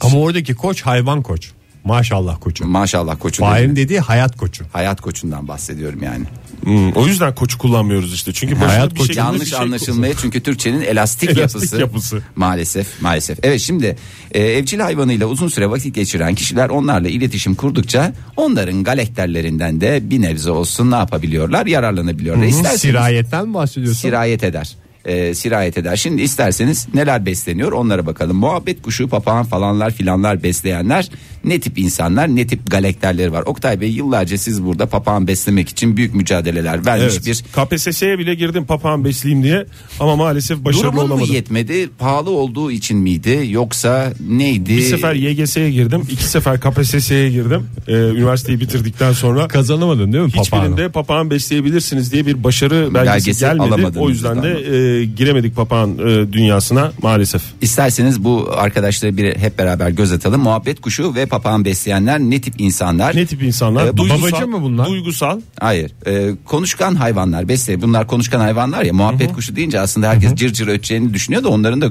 Speaker 2: Ama oradaki koç hayvan koç. Maşallah koçu.
Speaker 4: Maşallah koçum.
Speaker 2: Fahir'in dediği hayat koçu.
Speaker 4: Hayat koçundan bahsediyorum yani.
Speaker 3: Hmm, o yüzden koçu kullanmıyoruz işte. Çünkü başına
Speaker 2: Hayat
Speaker 3: bir
Speaker 2: koçu.
Speaker 3: şekilde
Speaker 4: Yanlış
Speaker 3: bir şey
Speaker 4: anlaşılmaya çünkü Türkçenin elastik,
Speaker 3: Elastik
Speaker 4: yapısı.
Speaker 3: yapısı.
Speaker 4: Maalesef maalesef. Evet şimdi e, evcil hayvanıyla uzun süre vakit geçiren kişiler onlarla iletişim kurdukça onların galakterlerinden de bir nebze olsun ne yapabiliyorlar yararlanabiliyorlar. İsterseniz
Speaker 2: Sirayetten mi bahsediyorsun?
Speaker 4: sirayet eder. E, sirayet eder. Şimdi isterseniz neler besleniyor onlara bakalım. Muhabbet kuşu, papağan falanlar filanlar besleyenler ne tip insanlar, ne tip galakterleri var. Oktay Bey yıllarca siz burada papağan beslemek için büyük mücadeleler vermiş
Speaker 3: Evet.
Speaker 4: bir
Speaker 3: KPSS'ye bile girdim papağan besleyeyim diye ama maalesef başarılı
Speaker 4: Durumun mu
Speaker 3: olamadım.
Speaker 4: yetmedi? Pahalı olduğu için miydi? Yoksa neydi?
Speaker 3: Bir sefer YGS'ye girdim, iki sefer KPSS'ye girdim. Ee, üniversiteyi bitirdikten sonra
Speaker 2: Kazanamadın değil mi papağanı?
Speaker 3: hiçbirinde papağan besleyebilirsiniz diye bir başarı belgesi,
Speaker 4: Belgesi
Speaker 3: gelmedi.
Speaker 4: alamadınız
Speaker 3: O yüzden de
Speaker 4: bizden
Speaker 3: e, giremedik papağan e, dünyasına maalesef.
Speaker 4: İsterseniz bu arkadaşları bir hep beraber göz atalım. Muhabbet kuşu ve papağan besleyenler ne tip insanlar?
Speaker 3: Ne tip insanlar?
Speaker 4: Ee,
Speaker 3: duygusal,
Speaker 2: babacı mı bunlar?
Speaker 3: Duygusal.
Speaker 4: Hayır. Ee, konuşkan hayvanlar besle. Bunlar konuşkan hayvanlar ya. Muhabbet kuşu deyince aslında herkes cır cır öteceğini düşünüyor da onların da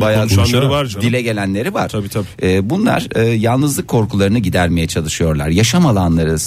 Speaker 4: bayağı
Speaker 3: konuşanları var canım.
Speaker 4: dile gelenleri var.
Speaker 3: Tabii, tabii.
Speaker 4: Ee, bunlar e, yalnızlık korkularını gidermeye çalışıyorlar. Yaşam alanları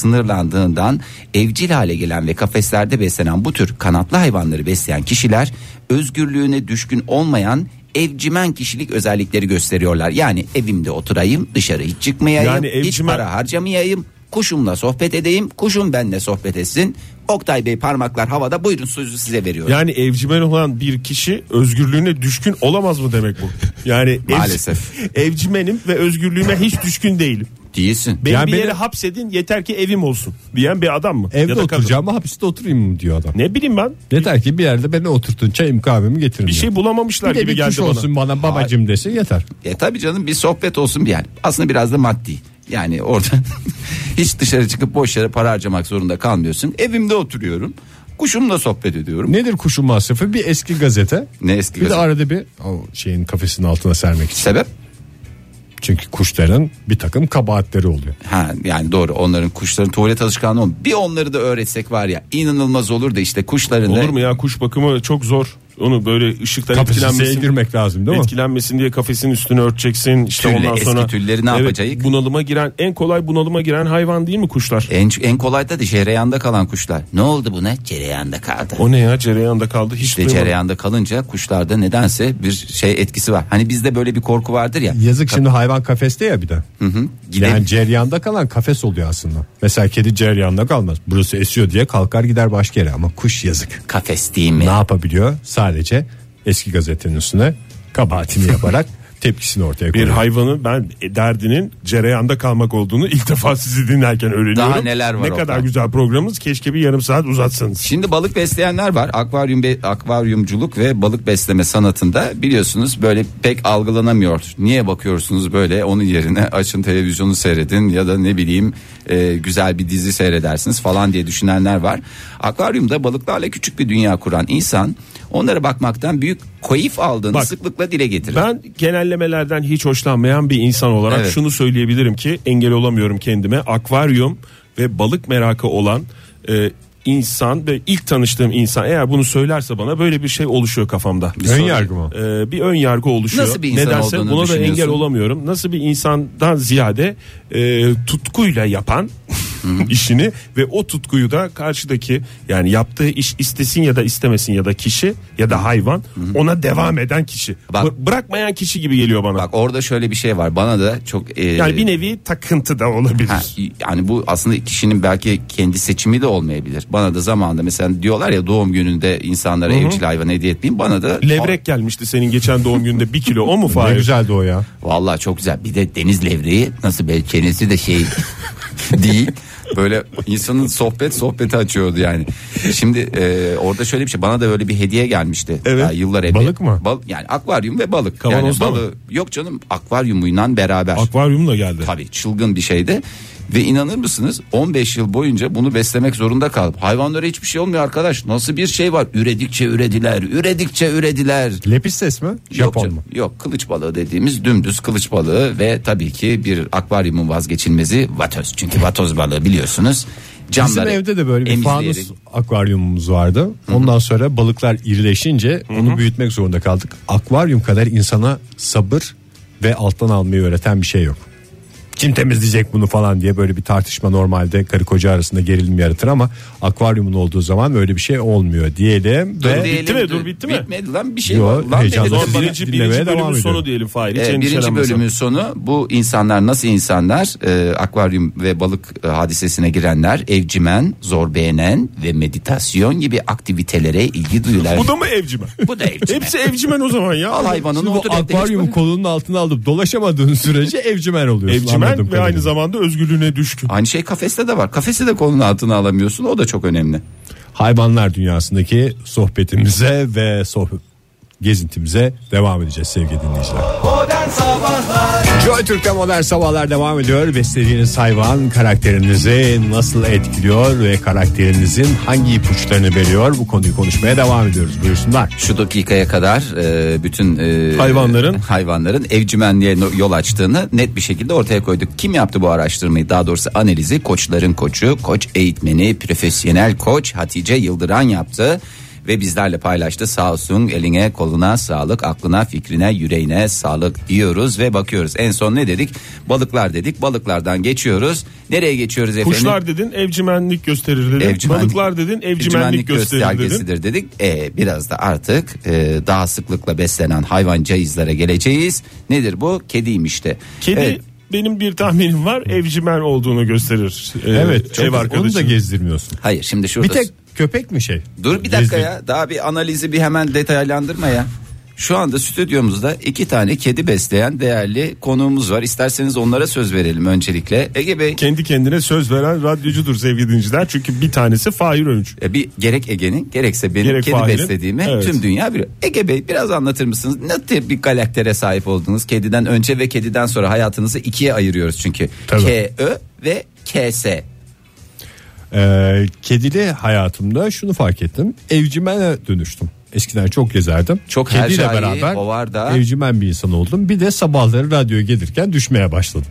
Speaker 4: sınırlandığından evcil hale gelen ve kafeslerde beslenen bu tür kanatlı hayvanları besleyen kişiler özgürlüğüne düşkün olmayan evcimen kişilik özellikleri gösteriyorlar. Yani evimde oturayım, dışarı hiç çıkmayayım,
Speaker 3: Yani
Speaker 4: hiç
Speaker 3: evcimen-
Speaker 4: para harcamayayım. Kuşumla sohbet edeyim, kuşum benimle sohbet etsin. Oktay Bey parmaklar havada buyurun sözü size veriyorum.
Speaker 3: Yani evcimen olan bir kişi özgürlüğüne düşkün olamaz mı demek bu? Yani ev-
Speaker 4: Maalesef.
Speaker 3: evcimenim ve özgürlüğüme hiç düşkün değilim.
Speaker 4: Değilsin.
Speaker 3: Beni
Speaker 2: Yani
Speaker 3: bir
Speaker 2: beni-
Speaker 3: yere hapsedin yeter ki evim olsun diyen bir adam mı? Ya da
Speaker 2: Evde
Speaker 3: kadın.
Speaker 2: oturacağım hapiste oturayım mı diyor adam.
Speaker 3: Ne bileyim ben.
Speaker 2: Yeter ki bir yerde beni oturtun çayım kahvemi getirin.
Speaker 3: Bir
Speaker 2: diyor.
Speaker 3: şey bulamamışlar
Speaker 2: bir de
Speaker 3: gibi
Speaker 2: bir kuş
Speaker 3: geldi bana.
Speaker 2: olsun bana babacım desin yeter.
Speaker 4: E tabii canım bir sohbet olsun bir yani. Aslında biraz da maddi. Yani orada *laughs* hiç dışarı çıkıp boş yere para harcamak zorunda kalmıyorsun. Evimde oturuyorum. Kuşumla sohbet ediyorum. Ne,
Speaker 2: Nedir kuşun masrafı? Bir eski gazete.
Speaker 4: eski
Speaker 2: Bir de
Speaker 4: gazete-
Speaker 2: arada bir o şeyin kafesinin altına sermek için.
Speaker 4: sebep?
Speaker 2: Çünkü kuşların bir takım kabahatleri oluyor.
Speaker 4: Ha yani doğru onların kuşların tuvalet alışkanlığı ol- Bir onları da öğretsek var ya inanılmaz olur da işte kuşların da-
Speaker 3: Olur mu ya kuş bakımı çok zor. Onu böyle ışıktan
Speaker 2: Kafesine
Speaker 3: etkilenmesin.
Speaker 2: girmek lazım değil mi?
Speaker 3: etkilenmesin diye kafesin üstünü örteceksin. İşte
Speaker 4: Tülle,
Speaker 3: ondan
Speaker 4: eski
Speaker 3: sonra
Speaker 4: tülleri ne yapacağız?
Speaker 3: Bunalıma giren en kolay bunalıma giren hayvan değil mi kuşlar?
Speaker 4: En, en kolay da cereyanda kalan kuşlar. Ne oldu buna? Cereyanda kaldı.
Speaker 3: O ne ya cereyanda kaldı hiç
Speaker 4: İşte
Speaker 3: duymadım.
Speaker 4: cereyanda kalınca kuşlarda nedense bir şey etkisi var. Hani bizde böyle bir korku vardır ya.
Speaker 2: Yazık şimdi hayvan kafeste ya bir de.
Speaker 4: Gidelim.
Speaker 2: Yani ceryanda kalan kafes oluyor aslında. Mesela kedi ceryanda kalmaz. Burası esiyor diye kalkar gider başka yere ama kuş yazık.
Speaker 4: Kafes değil mi?
Speaker 2: Ne yapabiliyor? Sadece eski gazetenin üstüne kabahatini
Speaker 4: *laughs*
Speaker 2: yaparak tepkisini ortaya
Speaker 3: Bir
Speaker 2: koyuyor.
Speaker 3: hayvanın ben e, derdinin cereyanda kalmak olduğunu ilk defa sizi dinlerken öğreniyorum.
Speaker 4: Daha neler var
Speaker 3: Ne
Speaker 4: orada?
Speaker 3: kadar güzel programımız keşke bir yarım saat uzatsanız.
Speaker 4: Şimdi balık besleyenler var. Akvaryum be- akvaryumculuk ve balık besleme sanatında biliyorsunuz böyle pek algılanamıyor. Niye bakıyorsunuz böyle? Onun yerine açın televizyonu seyredin ya da ne bileyim e, güzel bir dizi seyredersiniz falan diye düşünenler var. Akvaryumda balıklarla küçük bir dünya kuran insan onlara bakmaktan büyük keyif aldığını
Speaker 3: Bak,
Speaker 4: sıklıkla dile getirir.
Speaker 3: Ben genellemelerden hiç hoşlanmayan bir insan olarak
Speaker 4: Evet.
Speaker 3: şunu söyleyebilirim ki engel olamıyorum kendime. Akvaryum ve balık merakı olan e, insan ve ilk tanıştığım insan eğer bunu söylerse bana böyle bir şey oluşuyor kafamda.
Speaker 2: Ön yargı mı?
Speaker 3: Ee, bir ön yargı oluşuyor.
Speaker 4: Nasıl bir insan
Speaker 3: Nedense
Speaker 4: olduğunu
Speaker 3: buna da
Speaker 4: düşünüyorsun?
Speaker 3: engel olamıyorum. Nasıl bir insandan ziyade e, tutkuyla yapan *laughs* işini ve o tutkuyu da karşıdaki yani yaptığı iş istesin ya da istemesin ya da kişi ya da hayvan ona devam eden kişi.
Speaker 4: Bak-
Speaker 3: Bı- bırakmayan kişi gibi geliyor bana.
Speaker 4: Bak orada şöyle bir şey var. Bana da çok e,
Speaker 3: yani bir nevi takıntı da olabilir.
Speaker 4: Ha, yani bu aslında kişinin belki kendi seçimi de olmayabilir. Bana da zamanında mesela diyorlar ya doğum gününde insanlara evcil hayvan hediye etmeyin. Bana da
Speaker 3: Levrek gelmişti senin geçen doğum gününde bir kilo o mu
Speaker 2: Ne
Speaker 3: Fahir?
Speaker 2: güzeldi o ya.
Speaker 4: Vallahi çok güzel. Bir de deniz levreği nasıl böyle çenesi de şey *laughs* değil. Böyle insanın sohbet sohbeti açıyordu yani. Şimdi e, orada şöyle bir şey bana da böyle bir hediye gelmişti.
Speaker 3: Evet.
Speaker 4: Daha yıllar evvel.
Speaker 2: Balık mı?
Speaker 4: Bal- yani akvaryum ve balık.
Speaker 3: Kavanozda
Speaker 4: yani balığı- Yok canım akvaryumuyla beraber.
Speaker 3: Akvaryumla geldi.
Speaker 4: Tabii çılgın bir şeydi. Ve inanır mısınız 15 yıl boyunca bunu beslemek zorunda kaldım. Hayvanlara hiçbir şey olmuyor arkadaş. Nasıl bir şey var? Üredikçe ürediler, üredikçe ürediler.
Speaker 2: Lepistes mi?
Speaker 4: Yok,
Speaker 2: Japon
Speaker 4: canım,
Speaker 2: mu?
Speaker 4: yok kılıç balığı dediğimiz dümdüz kılıç balığı ve tabii ki bir akvaryumun vazgeçilmezi vatoz. Çünkü vatoz balığı biliyorsunuz
Speaker 2: Bizim
Speaker 4: camları
Speaker 2: evde de böyle bir
Speaker 4: emizleyerek-
Speaker 2: fanus akvaryumumuz vardı. Ondan sonra balıklar irileşince onu büyütmek zorunda kaldık. Akvaryum kadar insana sabır ve alttan almayı öğreten bir şey yok. Kim temizleyecek bunu falan diye böyle bir tartışma normalde karı koca arasında gerilim yaratır ama akvaryumun olduğu zaman öyle bir şey olmuyor diyelim.
Speaker 4: Dur
Speaker 2: ve
Speaker 4: diyelim,
Speaker 3: bitti mi? Dur, bitti mi?
Speaker 4: Bitmedi lan bir şey
Speaker 2: Yo,
Speaker 4: var. Lan
Speaker 2: heyecanlı.
Speaker 4: dedim.
Speaker 3: Zor
Speaker 2: Sizi
Speaker 3: birinci,
Speaker 2: dinlemeye
Speaker 3: birinci
Speaker 2: devam
Speaker 3: bölümün
Speaker 2: ediyorum.
Speaker 3: sonu diyelim Fahir. Hiç
Speaker 4: Ee, birinci
Speaker 3: endişelenme sen.
Speaker 4: bölümün sonu bu insanlar nasıl insanlar Ee, akvaryum ve balık e, hadisesine girenler evcimen, zor beğenen ve meditasyon gibi aktivitelere ilgi duyular.
Speaker 3: Bu da mı
Speaker 4: *laughs*
Speaker 3: evcimen?
Speaker 4: Bu da evcimen.
Speaker 3: Hepsi evcimen o zaman ya.
Speaker 4: Al hayvanını
Speaker 2: Siz bu
Speaker 4: otur evde, hiç
Speaker 2: akvaryumu kolunun altına alıp dolaşamadığın sürece evcimen oluyorsun. anladığım
Speaker 3: Evcimen ve aynı
Speaker 2: kadarıyla.
Speaker 3: zamanda özgürlüğüne düşkün.
Speaker 4: Aynı şey kafeste de var. Kafesi de kolun altına alamıyorsun. O da çok önemli.
Speaker 2: hayvanlar dünyasındaki sohbetimize ve sohbet gezintimize devam edeceğiz sevgili dinleyiciler. Joy Türk'te modern sabahlar devam ediyor. Beslediğiniz hayvan karakterinizi nasıl etkiliyor ve karakterinizin hangi ipuçlarını veriyor bu konuyu konuşmaya devam ediyoruz. Buyursunlar.
Speaker 4: Şu dakikaya kadar e, bütün e,
Speaker 3: Hayvanların-
Speaker 4: hayvanların evcimenliğe no- yol açtığını net bir şekilde ortaya koyduk. Kim yaptı bu araştırmayı? Daha doğrusu analizi koçların koçu, koç eğitmeni, profesyonel koç Hatice Yıldıran yaptı ve bizlerle paylaştı. Sağ olsun eline koluna sağlık aklına fikrine yüreğine sağlık diyoruz ve bakıyoruz. En son ne dedik? Balıklar dedik balıklardan geçiyoruz. Nereye geçiyoruz efendim?
Speaker 3: Kuşlar dedin evcimenlik gösterir dedin.
Speaker 4: Evcimenlik-
Speaker 3: Balıklar dedin evcimenlik gösterir dedin.
Speaker 4: göstergesidir dedik. E, biraz da artık e, daha sıklıkla beslenen hayvan caizlere geleceğiz. Nedir bu? Kediymişti.
Speaker 3: Kedi
Speaker 4: Evet.
Speaker 3: benim bir tahminim var evcimen olduğunu gösterir. Ee,
Speaker 2: Evet.
Speaker 3: ev
Speaker 2: çok- onu da
Speaker 3: arkadaşım.
Speaker 2: gezdirmiyorsun.
Speaker 4: Hayır şimdi şurada.
Speaker 2: Bir tek köpek mi şey?
Speaker 4: Dur bir dakika
Speaker 2: Gezdir-
Speaker 4: ya. Daha bir analizi bir hemen detaylandırma ya. Şu anda stüdyomuzda iki tane kedi besleyen değerli konuğumuz var. İsterseniz onlara söz verelim öncelikle. Ege Bey
Speaker 3: Kendi kendine söz veren radyocudur sevgili dinleyiciler. Çünkü bir tanesi Fahir Önç.
Speaker 4: e, bir gerek Ege'nin gerekse benim
Speaker 3: Gerek
Speaker 4: kedi
Speaker 3: Fahir'in.
Speaker 4: beslediğimi
Speaker 3: Evet.
Speaker 4: tüm dünya biliyor. Ege Bey biraz anlatır mısınız? Ne tip bir karaktere sahip oldunuz? Kediden önce ve kediden sonra hayatınızı ikiye ayırıyoruz çünkü.
Speaker 2: Tabii.
Speaker 4: KÖ ve KS.
Speaker 2: Ee, kedili hayatımda şunu fark ettim. Evcimene dönüştüm. Eskiden çok gezerdim.
Speaker 4: Çok
Speaker 2: Kediyle
Speaker 4: hercai,
Speaker 2: beraber
Speaker 4: hovarda.
Speaker 2: evcimen bir insan oldum. Bir de sabahları radyoya gelirken düşmeye
Speaker 4: *laughs*
Speaker 2: başladım.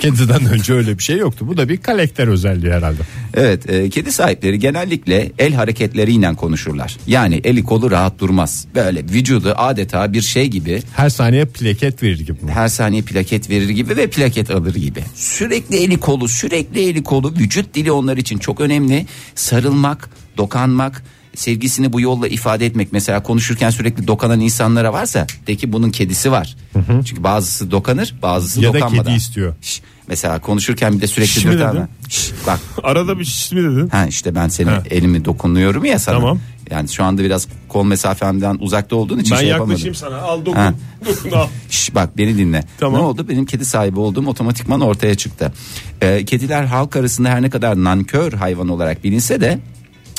Speaker 2: Kediden önce öyle bir şey yoktu. Bu da bir karakter özelliği herhalde.
Speaker 4: Evet e, kedi sahipleri genellikle el hareketleriyle konuşurlar. Yani eli kolu rahat durmaz. Böyle vücudu adeta bir şey gibi
Speaker 2: Her saniye plaket verir gibi.
Speaker 4: her saniye plaket verir gibi ve plaket alır gibi. Sürekli eli kolu, sürekli eli kolu vücut dili onlar için çok önemli. Sarılmak, dokanmak, sevgisini bu yolla ifade etmek. Mesela konuşurken sürekli dokunan insanlara varsa de ki bunun kedisi var. Çünkü bazısı dokanır, bazısı
Speaker 2: Ya da
Speaker 4: dokanmadan.
Speaker 2: kedi istiyor.
Speaker 4: Şş, mesela konuşurken bir de sürekli
Speaker 3: Şş mi
Speaker 4: dürten-
Speaker 3: dedin?
Speaker 4: Şş, bak
Speaker 3: Arada bir şiş mi dedin?
Speaker 4: Ha işte ben senin elimi dokunuyorum ya sana.
Speaker 3: Tamam.
Speaker 4: Yani şu anda biraz kol mesafemden uzakta olduğun için
Speaker 3: Ben
Speaker 4: şey yapamadım.
Speaker 3: yaklaşayım sana al dokun.
Speaker 4: Ha.
Speaker 3: dokun al.
Speaker 4: Şş, bak beni dinle.
Speaker 3: Tamam.
Speaker 4: Ne oldu? Benim kedi sahibi olduğum otomatikman ortaya çıktı. Ee, kediler halk arasında her ne kadar nankör hayvan olarak bilinse de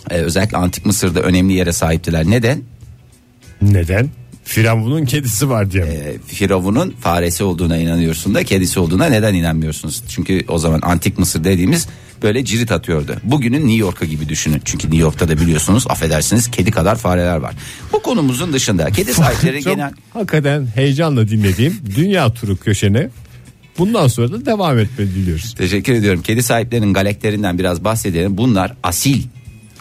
Speaker 4: e, özellikle antik Mısır'da önemli yere sahiptiler. Neden?
Speaker 2: Neden? Firavun'un kedisi var diye. mi?
Speaker 4: E, Firavun'un faresi olduğuna inanıyorsun da kedisi olduğuna neden inanmıyorsunuz? Çünkü o zaman antik Mısır dediğimiz böyle cirit atıyordu. Bugünün New York'a gibi düşünün. Çünkü New York'ta da biliyorsunuz affedersiniz kedi kadar fareler var. Bu konumuzun dışında kedi sahipleri
Speaker 2: Çok
Speaker 4: genel
Speaker 2: hakikaten heyecanla dinlediğim dünya turu köşeni bundan sonra da devam etmeni diliyoruz.
Speaker 4: Teşekkür ediyorum. Kedi sahiplerinin galeklerinden biraz bahsedelim. Bunlar asil.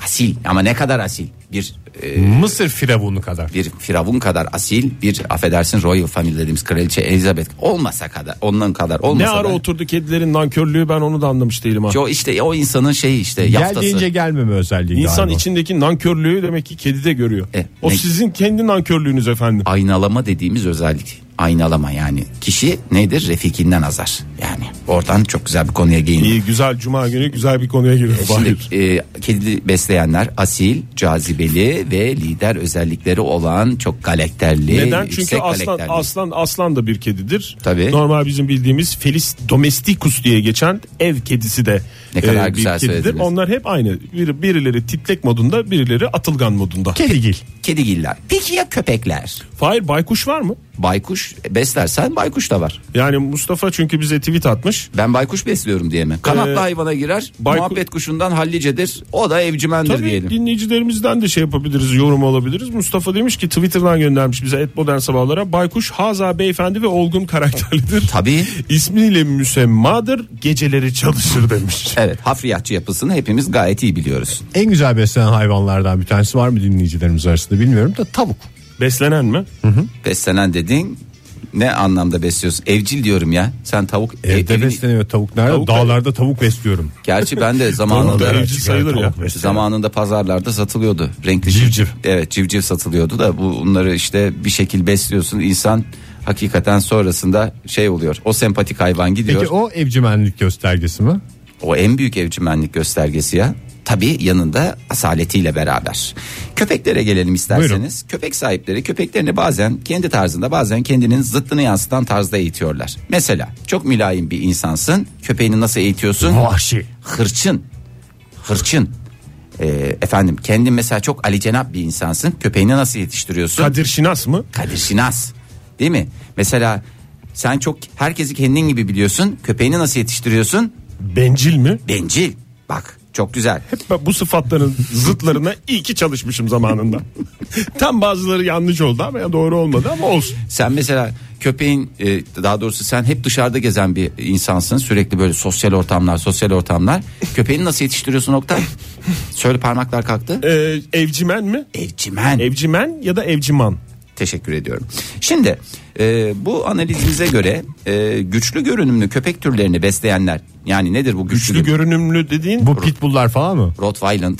Speaker 4: Asil ama ne kadar asil? Bir e,
Speaker 2: Mısır firavunu kadar.
Speaker 4: bir firavun kadar asil, bir affedersin royal family dediğimiz kraliçe Elizabeth olmasa kadar, ondan kadar
Speaker 3: Ne
Speaker 4: olmasa
Speaker 3: ara
Speaker 4: da.
Speaker 3: oturdu kedilerin nankörlüğü ben onu da anlamış değilim ha.
Speaker 4: Yo işte o insanın şeyi işte yaftası.
Speaker 2: Gel deyince gelmeme özelliği
Speaker 3: İnsan
Speaker 2: galiba.
Speaker 3: içindeki nankörlüğü demek ki kedide görüyor.
Speaker 4: E,
Speaker 3: o
Speaker 4: ne-
Speaker 3: sizin kendi nankörlüğünüz efendim.
Speaker 4: Aynalama dediğimiz özellik. Aynalama yani kişi nedir? Refikinden azar. Yani oradan çok güzel bir konuya gelin.
Speaker 3: İyi güzel cuma günü güzel bir konuya giriyor.
Speaker 4: Şimdi
Speaker 3: Fahir.
Speaker 4: e, kedi besleyenler asil, cazibeli ve lider özellikleri olan çok galakterli,
Speaker 3: Neden?
Speaker 4: yüksek
Speaker 3: Çünkü aslan
Speaker 4: galakterli.
Speaker 3: aslan aslan da bir kedidir.
Speaker 4: Tabii.
Speaker 3: Normal bizim bildiğimiz Felis domesticus diye geçen ev kedisi de e,
Speaker 4: Ne kadar
Speaker 3: bir
Speaker 4: güzel
Speaker 3: kedidir.
Speaker 4: söylediniz.
Speaker 3: Onlar hep aynı. Bir, birileri titrek modunda, birileri atılgan modunda.
Speaker 2: Kedigil.
Speaker 4: Kedigiller. Peki ya köpekler?
Speaker 3: Fahir baykuş var mı?
Speaker 4: Baykuş e, beslersen baykuş da var.
Speaker 3: Yani Mustafa çünkü bize tweet atmış.
Speaker 4: Ben baykuş besliyorum diyemem. Kanatlı
Speaker 3: Ee,
Speaker 4: hayvana girer.
Speaker 3: bayku-
Speaker 4: Muhabbet kuşundan hallicedir. O da evcimendir
Speaker 3: Tabii
Speaker 4: diyelim.
Speaker 3: dinleyicilerimizden de şey yapabiliriz, yorum alabiliriz. Mustafa demiş ki Twitter'dan göndermiş bize et modern sabahlara. Baykuş Haza beyefendi ve olgun
Speaker 4: *laughs*
Speaker 3: karakterlidir.
Speaker 4: Tabii.
Speaker 3: İsmiyle müsemmadır, geceleri çalışır
Speaker 4: *laughs*
Speaker 3: demiş.
Speaker 4: Evet, hafriyatçı yapısını hepimiz gayet iyi biliyoruz.
Speaker 2: En güzel beslenen hayvanlardan bir tanesi var mı dinleyicilerimiz arasında bilmiyorum da tavuk.
Speaker 3: Beslenen mi?
Speaker 4: Beslenen dedin ne anlamda besliyorsun? Evcil diyorum ya. Sen tavuk e-
Speaker 2: Evde
Speaker 4: evini-
Speaker 2: besleniyor tavuk nerede?
Speaker 3: Tavuk-
Speaker 2: Dağlarda tavuk besliyorum.
Speaker 4: Gerçi ben
Speaker 3: *laughs*
Speaker 4: de
Speaker 3: da
Speaker 4: zamanında
Speaker 3: evcil sayılır ya.
Speaker 4: Zamanında pazarlarda satılıyordu. Renkli şey.
Speaker 2: Civciv.
Speaker 4: Evet civciv satılıyordu da bu- bunları işte bir şekil besliyorsun. İnsan hakikaten sonrasında şey oluyor. O sempatik hayvan gidiyor.
Speaker 2: Peki
Speaker 4: o...
Speaker 2: o evcimenlik göstergesi mi?
Speaker 4: en büyük evcimenlik göstergesi ya. Tabii yanında asaletiyle beraber. Köpeklere gelelim isterseniz.
Speaker 2: Buyurun.
Speaker 4: Köpek sahipleri köpeklerini bazen kendi tarzında bazen kendinin zıttını yansıtan tarzda eğitiyorlar. Mesela çok mülayim bir insansın. Köpeğini nasıl eğitiyorsun?
Speaker 2: Vahşi.
Speaker 4: hırçın hırçın Ee, efendim kendin mesela çok Ali Cenap bir insansın köpeğini nasıl yetiştiriyorsun Kadir,
Speaker 3: Kadir Şinas mı?
Speaker 4: Şinas değil mi mesela sen çok herkesi kendin gibi biliyorsun köpeğini nasıl yetiştiriyorsun
Speaker 3: Bencil mi?
Speaker 4: bencil bak çok güzel
Speaker 3: Ben bu sıfatların zıtlarına iyi ki çalışmışım zamanında. *laughs* Tam bazıları yanlış oldu ama ya doğru olmadı ama olsun.
Speaker 4: sen mesela köpeğin e, daha doğrusu sen hep dışarıda *laughs* gezen bir insansın sürekli böyle sosyal ortamlar sosyal ortamlar köpeğini nasıl yetiştiriyorsun Oktay Şöyle parmaklar kalktı.
Speaker 3: Ee, evcimen mi?
Speaker 4: E- Evcimen.
Speaker 3: Evcimen ya da evciman.
Speaker 4: Teşekkür ediyorum. Şimdi e, bu analizimize göre e, güçlü görünümlü köpek türlerini besleyenler yani nedir bu güçlü,
Speaker 3: Güçlü
Speaker 4: görünümlü?
Speaker 3: görünümlü dediğin
Speaker 2: Bu pitbulllar falan mı?
Speaker 4: Rottweiler,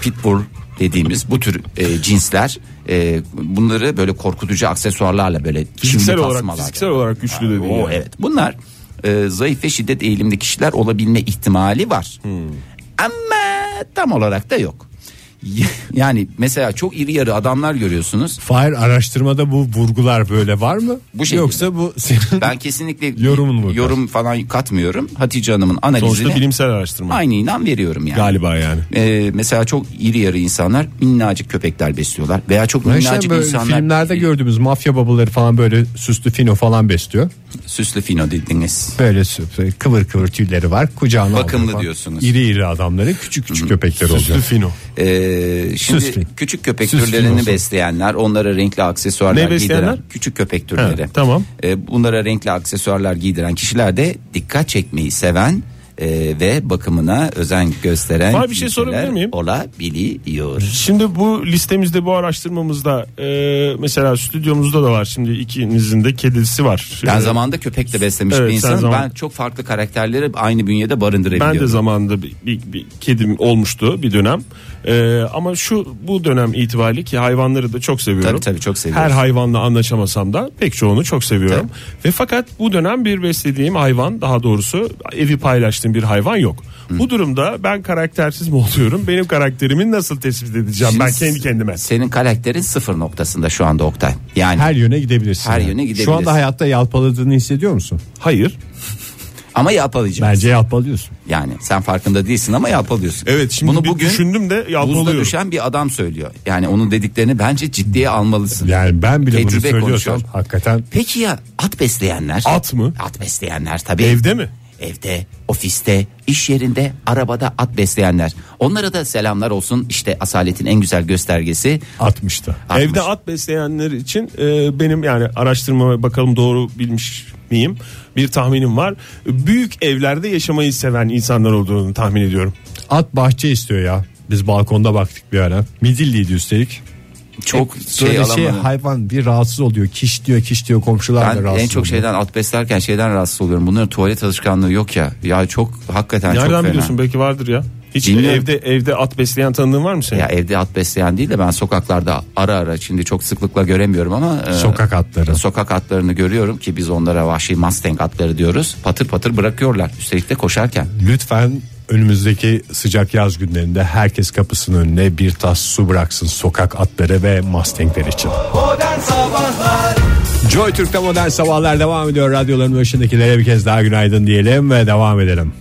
Speaker 4: Pitbull dediğimiz bu tür e, cinsler e, bunları böyle korkutucu aksesuarlarla böyle
Speaker 3: fiziksel
Speaker 4: kimlik
Speaker 3: olarak
Speaker 4: asmalar.
Speaker 3: fiziksel olarak güçlü dediğin.
Speaker 4: O
Speaker 3: yani.
Speaker 4: evet. Bunlar e, zayıf ve şiddet eğilimli kişiler olabilme ihtimali var.
Speaker 3: Hmm.
Speaker 4: Ama tam olarak da yok. *laughs* Yani mesela çok iri yarı adamlar görüyorsunuz.
Speaker 2: Fahir araştırmada bu vurgular böyle var mı?
Speaker 4: Bu şekilde.
Speaker 2: Yoksa bu senin
Speaker 3: *laughs*
Speaker 4: Ben kesinlikle
Speaker 2: Yorumun bu.
Speaker 4: yorum falan katmıyorum. Hatice Hanım'ın
Speaker 3: Sonuçta
Speaker 4: analizine
Speaker 3: bilimsel araştırma.
Speaker 4: aynı inan veriyorum yani.
Speaker 3: Galiba yani.
Speaker 4: Ee, mesela çok iri yarı insanlar minnacık köpekler besliyorlar veya çok
Speaker 2: Ben
Speaker 4: minnacık
Speaker 2: işte böyle
Speaker 4: insanlar
Speaker 2: filmlerde gördüğümüz mafya babaları falan böyle süslü fino falan besliyor.
Speaker 4: süslü fino dediniz.
Speaker 2: Böyle sü- kıvır kıvır tüyleri var. Kucağına alıyor
Speaker 4: Bakımlı
Speaker 2: falan.
Speaker 4: diyorsunuz.
Speaker 2: İri iri adamların küçük küçük köpekler
Speaker 3: Süslü
Speaker 2: oluyor.
Speaker 3: fino.
Speaker 4: Ee, şimdi
Speaker 2: Süslü.
Speaker 4: küçük köpek
Speaker 2: Süslü
Speaker 4: türlerini
Speaker 2: olsun.
Speaker 4: besleyenler, onlara renkli aksesuarlar
Speaker 3: Ne besleyenler?
Speaker 4: giydiren küçük köpek türleri.
Speaker 3: He, tamam.
Speaker 4: Ee, bunlara renkli aksesuarlar giydiren kişiler de dikkat çekmeyi seven e, ve bakımına özen gösteren
Speaker 3: Var bir şey
Speaker 4: kimseler
Speaker 3: sorabilir miyim?
Speaker 4: Olabiliyor.
Speaker 3: Şimdi bu listemizde bu araştırmamızda e, mesela stüdyomuzda da var şimdi ikinizin de kedisi var.
Speaker 4: Ben
Speaker 3: Ee,
Speaker 4: zamanında köpek de beslemiş
Speaker 3: Evet,
Speaker 4: bir
Speaker 3: sen
Speaker 4: insanım.
Speaker 3: zaman-
Speaker 4: Ben çok farklı karakterleri aynı bünyede barındırabiliyorum.
Speaker 3: Ben de zamanında bir, bir- bir kedim olmuştu bir dönem. Ee, ama şu bu dönem itibariyle ki hayvanları da çok seviyorum.
Speaker 4: Tabii, tabii, çok seviyoruz.
Speaker 3: Her hayvanla anlaşamasam da pek çoğunu çok seviyorum. Ve fakat bu dönem bir beslediğim hayvan daha doğrusu evi paylaştığım bir hayvan yok. Bu durumda ben karaktersiz mi oluyorum? Benim karakterimi nasıl tespit edeceğim ben
Speaker 4: Şimdi
Speaker 3: kendi kendime?
Speaker 4: Senin karakterin sıfır noktasında şu anda Oktay. Yani
Speaker 2: Her yöne gidebilirsin.
Speaker 4: Her
Speaker 2: yani.
Speaker 4: yöne gidebilirsin.
Speaker 2: Şu anda hayatta yalpaladığını hissediyor musun?
Speaker 3: Hayır.
Speaker 4: ama yapalıyacağım.
Speaker 2: Bence yalpalıyorsun.
Speaker 4: Yani sen farkında değilsin ama yapalıyorsun.
Speaker 3: Evet şimdi
Speaker 4: Bunu
Speaker 3: bir
Speaker 4: bugün
Speaker 3: düşündüm de
Speaker 4: buzda
Speaker 3: yapılıyorum.
Speaker 4: düşen bir adam söylüyor. Yani onun dediklerini bence ciddiye almalısın.
Speaker 2: Yani ben bile bunu
Speaker 4: Tecrübe
Speaker 2: söylüyorsam
Speaker 4: konuşuyor.
Speaker 2: hakikaten
Speaker 4: Peki ya at besleyenler?
Speaker 3: At mı?
Speaker 4: At besleyenler tabii.
Speaker 3: Evde mi?
Speaker 4: Evde, ofiste, iş yerinde, arabada at besleyenler. Onlara da selamlar olsun. İşte asaletin en güzel göstergesi.
Speaker 2: atmıştı.
Speaker 4: Atmış.
Speaker 3: Evde at besleyenler için e, benim yani araştırmama bakalım doğru bilmiş miyim bir tahminim var. Büyük evlerde yaşamayı seven insanlar olduğunu tahmin ediyorum.
Speaker 2: At bahçe istiyor ya. Biz balkonda baktık bir ara. Midilliydi üstelik.
Speaker 3: E,
Speaker 4: Çok şey
Speaker 2: Böyle şey,
Speaker 4: alamadım.
Speaker 2: hayvan bir rahatsız oluyor. Kiş diyor kiş diyor komşular da
Speaker 4: ben
Speaker 2: rahatsız
Speaker 4: en çok
Speaker 2: oluyor.
Speaker 4: şeyden at beslerken şeyden rahatsız oluyorum. Bunların tuvalet alışkanlığı yok ya. Ya çok hakikaten çok
Speaker 3: Nereden
Speaker 4: fena.
Speaker 3: biliyorsun belki vardır ya. Hiç
Speaker 4: Bilmiyorum.
Speaker 3: evde evde at besleyen tanıdığın var mı senin?
Speaker 4: Ya evde at besleyen değil de ben sokaklarda ara ara şimdi çok sıklıkla göremiyorum ama e,
Speaker 2: Sokak atları.
Speaker 4: sokak atlarını görüyorum ki biz onlara vahşi mustang atları diyoruz. Patır patır bırakıyorlar. Üstelik de koşarken.
Speaker 2: Lütfen önümüzdeki sıcak yaz günlerinde herkes kapısının önüne bir tas su bıraksın sokak atları ve mustangler için. Joy Türk'te modern sabahlar devam ediyor. Radyoların başındakilere bir kez daha günaydın diyelim ve devam edelim.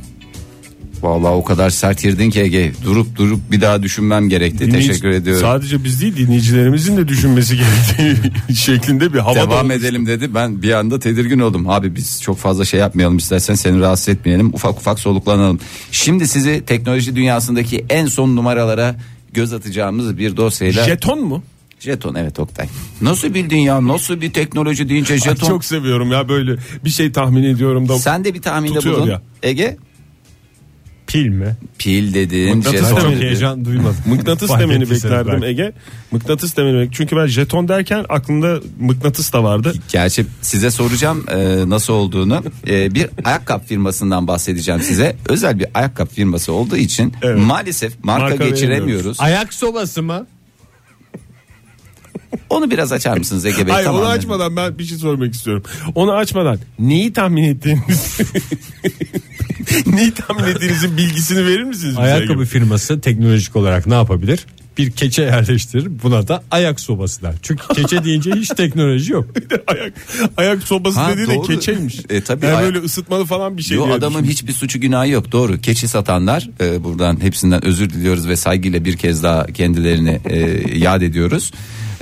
Speaker 4: Vallahi o kadar sert girdin ki Ege. Durup durup bir daha düşünmem gerekti.
Speaker 3: Dinleyici-
Speaker 4: Teşekkür ediyorum.
Speaker 3: Sadece biz değil dinleyicilerimizin de düşünmesi *laughs* gerektiği şeklinde bir hava da
Speaker 4: Devam
Speaker 3: oldu.
Speaker 4: edelim dedi. Ben bir anda tedirgin oldum. Abi biz çok fazla şey yapmayalım istersen seni rahatsız etmeyelim. Ufak ufak soluklanalım. Şimdi sizi teknoloji dünyasındaki en son numaralara göz atacağımız bir dosyayla
Speaker 3: Jeton mu?
Speaker 4: Jeton evet Oktay. Nasıl bildin ya? Nasıl bir teknoloji deyince
Speaker 3: Ay,
Speaker 4: jeton?
Speaker 3: çok seviyorum ya böyle bir şey tahmin ediyorum da.
Speaker 4: Sen de bir tahminde
Speaker 3: Tutuyor
Speaker 4: bulun.
Speaker 3: ya.
Speaker 4: Ege
Speaker 2: Pil mi?
Speaker 4: pil dedin.
Speaker 3: Mıknatıs
Speaker 4: jeton
Speaker 3: demeni.
Speaker 4: dedin.
Speaker 2: Heyecan duymadım. *laughs*
Speaker 3: Mıknatıs
Speaker 2: Fark
Speaker 3: demeni
Speaker 2: ettiyseniz
Speaker 3: beklerdim
Speaker 2: belki.
Speaker 3: Ege. Mıknatıs demeni bek- Çünkü ben jeton derken aklımda mıknatıs da vardı.
Speaker 4: Gerçi size soracağım e, nasıl olduğunu. E, bir ayakkabı firmasından bahsedeceğim size. Özel bir ayakkabı firması olduğu için
Speaker 3: Evet.
Speaker 4: maalesef marka,
Speaker 3: Marka
Speaker 4: geçiremiyoruz.
Speaker 2: Ayak sobası mı?
Speaker 4: Onu biraz açar mısınız Ege Bey?
Speaker 3: Hayır
Speaker 4: Tamam.
Speaker 3: onu açmadan ben bir şey sormak istiyorum. Onu açmadan neyi tahmin ettiğiniz *laughs* neyi tahmin ettiğinizin bilgisini verir misiniz? bize Ege
Speaker 2: Ayakkabı
Speaker 3: Bey?
Speaker 2: firması teknolojik olarak ne yapabilir? Bir keçe yerleştirir buna da ayak sobası der. Çünkü keçe deyince hiç teknoloji yok.
Speaker 3: *laughs* ayak, ayak sobası
Speaker 4: Ha,
Speaker 3: dediği de
Speaker 4: doğru.
Speaker 3: keçeymiş.
Speaker 4: E, tabii,
Speaker 3: Yani
Speaker 4: ayak-
Speaker 3: böyle ısıtmalı falan bir şey.
Speaker 4: Yo,
Speaker 3: diye
Speaker 4: adamın
Speaker 3: düşündüm.
Speaker 4: hiçbir suçu günahı yok doğru keçi satanlar e, buradan hepsinden özür diliyoruz ve saygıyla bir kez daha kendilerini e, yad ediyoruz.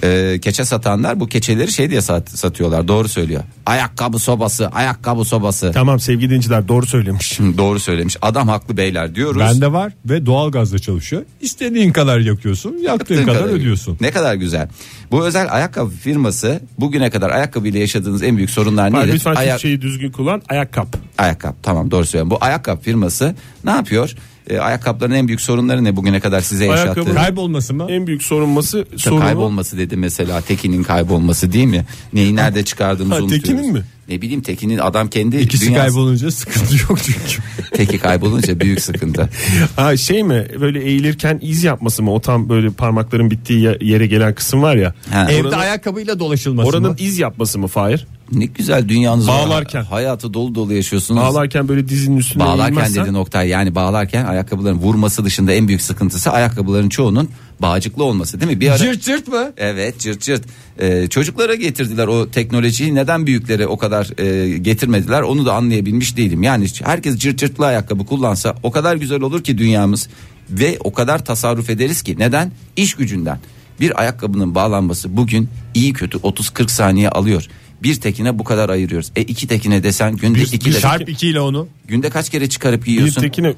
Speaker 4: E, keçe satanlar bu keçeleri şey diye sat, satıyorlar doğru söylüyor ayakkabı sobası ayakkabı sobası
Speaker 3: Tamam sevgili dinciler doğru söylemiş.
Speaker 4: doğru söylemiş adam haklı beyler diyoruz.
Speaker 2: Bende var ve doğalgazla çalışıyor. İstediğin kadar yakıyorsun, yaktığın
Speaker 4: Yaptığın
Speaker 2: kadar
Speaker 4: kadarıyla.
Speaker 2: ödüyorsun.
Speaker 4: Ne kadar güzel. Bu özel ayakkabı firması bugüne kadar ayakkabıyla yaşadığınız en büyük sorunlar
Speaker 3: Bak,
Speaker 4: nedir?
Speaker 3: lütfen
Speaker 4: Ayak-
Speaker 3: Türkçeyi düzgün kullan. Ayakkabı.
Speaker 4: ayakkabı tamam doğru söylüyorum. Bu ayakkabı firması ne yapıyor? E, ayakkabıların en büyük sorunları ne bugüne kadar size yaşattığı?
Speaker 3: Ayakkabı-
Speaker 2: Kaybolması mı?
Speaker 3: En büyük sorunması
Speaker 4: Ta-
Speaker 3: sorunu.
Speaker 4: Kaybolması dedi mesela Tekin'in kaybolması değil mi? Neyi nerede çıkardığımızı
Speaker 3: Ha,
Speaker 4: unutuyoruz.
Speaker 3: Tekin'in mi?
Speaker 4: Ne bileyim Tekin'in adam kendi
Speaker 2: İkisi
Speaker 4: dünyası-
Speaker 2: kaybolunca sıkıntı yok çünkü.
Speaker 4: *laughs* Teki kaybolunca büyük sıkıntı.
Speaker 3: Ha şey mi böyle eğilirken iz yapması mı? O tam böyle parmakların bittiği ye- yere gelen kısım var ya.
Speaker 4: Ha.
Speaker 2: Evde
Speaker 3: *laughs* Oranın-
Speaker 2: ayakkabıyla dolaşılması
Speaker 3: Oranın
Speaker 2: mı?
Speaker 3: iz yapması mı Fahir?
Speaker 4: Ne güzel dünyanız var.
Speaker 3: Bağlarken.
Speaker 4: Hayatı dolu dolu yaşıyorsunuz.
Speaker 3: Bağlarken böyle dizinin üstüne
Speaker 4: bağlarken
Speaker 3: eğilmezsen-
Speaker 4: dedi Oktay yani bağlarken ayakkabıların vurması dışında en büyük sıkıntısı ayakkabıların çoğunun bağcıklı olması değil mi? Bir ara...
Speaker 2: Cırt cırt mı?
Speaker 4: Evet cırt cırt. Ee, çocuklara getirdiler o teknolojiyi neden büyüklere o kadar e, getirmediler onu da anlayabilmiş değilim. Yani herkes cırt cırtlı ayakkabı kullansa o kadar güzel olur ki dünyamız ve o kadar tasarruf ederiz ki neden? İş gücünden. Bir ayakkabının bağlanması bugün iyi kötü 30-40 saniye alıyor. Bir tekine bu kadar ayırıyoruz. E iki tekine desen günde
Speaker 2: Bir,
Speaker 4: iki
Speaker 2: bir
Speaker 4: de-
Speaker 2: şarp ikiyle onu.
Speaker 4: günde kaç kere çıkarıp
Speaker 3: Bir
Speaker 4: giyiyorsun?
Speaker 3: tekine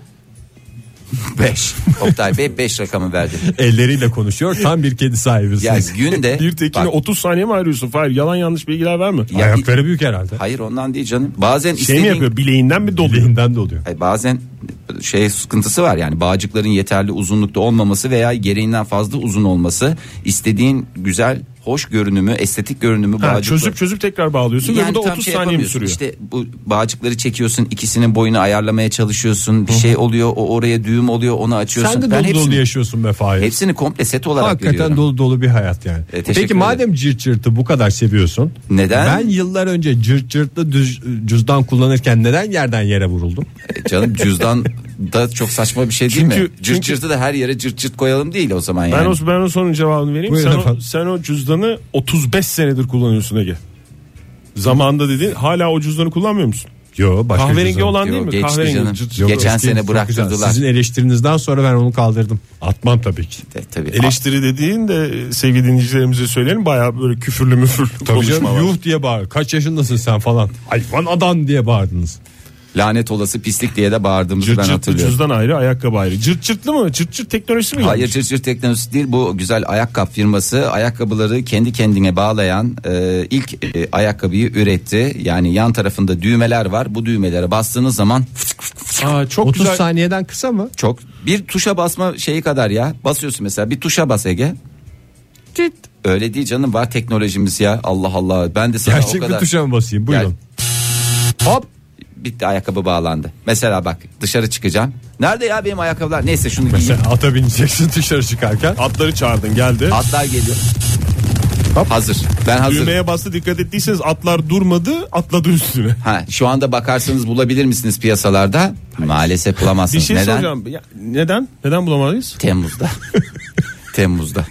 Speaker 4: 5. Oktay Bey 5
Speaker 3: *laughs*
Speaker 4: rakamı verdi.
Speaker 2: Elleriyle konuşuyor. Tam bir kedi
Speaker 4: Ya
Speaker 2: sahibisiniz.
Speaker 4: günde
Speaker 3: bir tekine
Speaker 4: E, bak,
Speaker 3: 30 saniye mi ayırıyorsun Fahir? Yalan yanlış bilgiler var mı?
Speaker 4: ya-
Speaker 2: Ayakları büyük herhalde.
Speaker 4: Hayır ondan değil canım. Bazen
Speaker 3: Şey mi
Speaker 4: istediğin
Speaker 3: yapıyor? Bileğinden mi doluyor?
Speaker 2: Lehinden de oluyor.
Speaker 4: Ay, bazen şey sıkıntısı var yani bağcıkların yeterli uzunlukta olmaması veya gereğinden fazla uzun olması istediğin güzel hoş görünümü estetik görünümü
Speaker 3: Ha,
Speaker 4: bağcıkla-
Speaker 3: çözüp çözüp tekrar bağlıyorsun ve bu
Speaker 4: Yani
Speaker 3: da
Speaker 4: tam
Speaker 3: 30
Speaker 4: şey
Speaker 3: saniye mi
Speaker 4: yapamıyorsun.
Speaker 3: sürüyor?
Speaker 4: İşte bu bağcıkları çekiyorsun ikisinin boyunu ayarlamaya çalışıyorsun bir şey oluyor o oraya düğüm oluyor onu açıyorsun.
Speaker 2: Sen de
Speaker 4: Ben
Speaker 2: dolu dolu
Speaker 4: hepsini,
Speaker 2: yaşıyorsun be Fahir.
Speaker 4: hepsini komple set olarak
Speaker 2: Hakikaten
Speaker 4: veriyorum.
Speaker 2: dolu dolu bir hayat yani.
Speaker 4: teşekkür
Speaker 2: Peki
Speaker 4: ederim.
Speaker 2: madem cırt cırtı bu kadar seviyorsun.
Speaker 4: Neden?
Speaker 2: Ben yıllar önce cırt cırtlı düz- cüzdan kullanırken neden yerden yere vuruldum?
Speaker 4: E, Canım cüzdan da çok saçma bir şey değil mi?
Speaker 3: Çünkü-
Speaker 4: Cırt
Speaker 3: çünkü-
Speaker 4: cırtı da her yere cırt cırt koyalım değil o zaman yani.
Speaker 3: Ben o, ben o sorunun cevabını vereyim.
Speaker 2: Buyurun
Speaker 3: Sen o,
Speaker 2: efendim.
Speaker 3: sen o cüzdanı 35 senedir kullanıyorsun Ege. Zamanında dedin hala o cüzdanı kullanmıyor musun?
Speaker 2: Yo başka
Speaker 3: Kahverengi
Speaker 2: cüzdan.
Speaker 3: olan değil
Speaker 4: Yo,
Speaker 3: mi?
Speaker 4: geçti
Speaker 3: Kahverengi.
Speaker 4: canım.
Speaker 3: Cırt cırt.
Speaker 2: Yo,
Speaker 4: Geçen
Speaker 2: eski,
Speaker 4: sene
Speaker 2: çok
Speaker 4: bıraktırdılar.
Speaker 2: güzel. Sizin eleştirinizden sonra ben onu kaldırdım. Atmam tabii ki.
Speaker 4: E, tabii.
Speaker 3: Eleştiri dediğin de e, sevgili dinleyicilerimize söyleyelim baya böyle küfürlü müfürlü
Speaker 2: Tabii
Speaker 3: konuşma
Speaker 2: canım
Speaker 3: var.
Speaker 2: yuh diye bağır. Kaç yaşındasın sen falan. Hayvan adam diye bağırdınız.
Speaker 4: Lanet olası pislik diye de bağırdığımızı
Speaker 3: Cırt
Speaker 4: ben
Speaker 3: cırtlı
Speaker 4: hatırlıyorum.
Speaker 3: cüzdan ayrı ayakkabı ayrı. Cırt cırtlı mı? Cırt cırt teknolojisi mi?
Speaker 4: Hayır
Speaker 3: gelmiş?
Speaker 4: cırcır teknolojisi değil bu güzel ayakkabı firması ayakkabıları kendi kendine bağlayan e, ilk e, ayakkabıyı üretti. Yani yan tarafında düğmeler var bu düğmelere bastığınız zaman
Speaker 3: Aa, çok
Speaker 2: 30
Speaker 3: güzel.
Speaker 2: saniyeden kısa mı?
Speaker 4: çok bir tuşa basma şeyi kadar ya basıyorsun mesela bir tuşa bas Ege. Öyle değil canım var teknolojimiz ya Allah Allah ben de sana o
Speaker 2: Gerçek bir
Speaker 4: kadar.
Speaker 2: tuşa mı basayım?
Speaker 4: Gel.
Speaker 2: Buyurun. Hop.
Speaker 4: Bitti ayakkabı bağlandı. Mesela bak dışarı çıkacağım. Nerede ya benim ayakkabılar? Neyse şunu
Speaker 2: Sen
Speaker 4: giyeyim.
Speaker 2: ata bineceksin dışarı çıkarken.
Speaker 3: Atları çağırdın geldi.
Speaker 4: Atlar geliyor. Hazır. Ben hazırım.
Speaker 3: Düğmeye bastı dikkat ettiyseniz atlar durmadı atladı üstüne.
Speaker 4: Ha, şu anda bakarsanız bulabilir misiniz piyasalarda? Maalesef
Speaker 3: Bir
Speaker 4: bulamazsınız.
Speaker 3: şey
Speaker 4: Neden?
Speaker 3: soracağım. Ya, neden? Neden bulamadıyız? *laughs*
Speaker 4: Temmuz'da. Temmuz'da.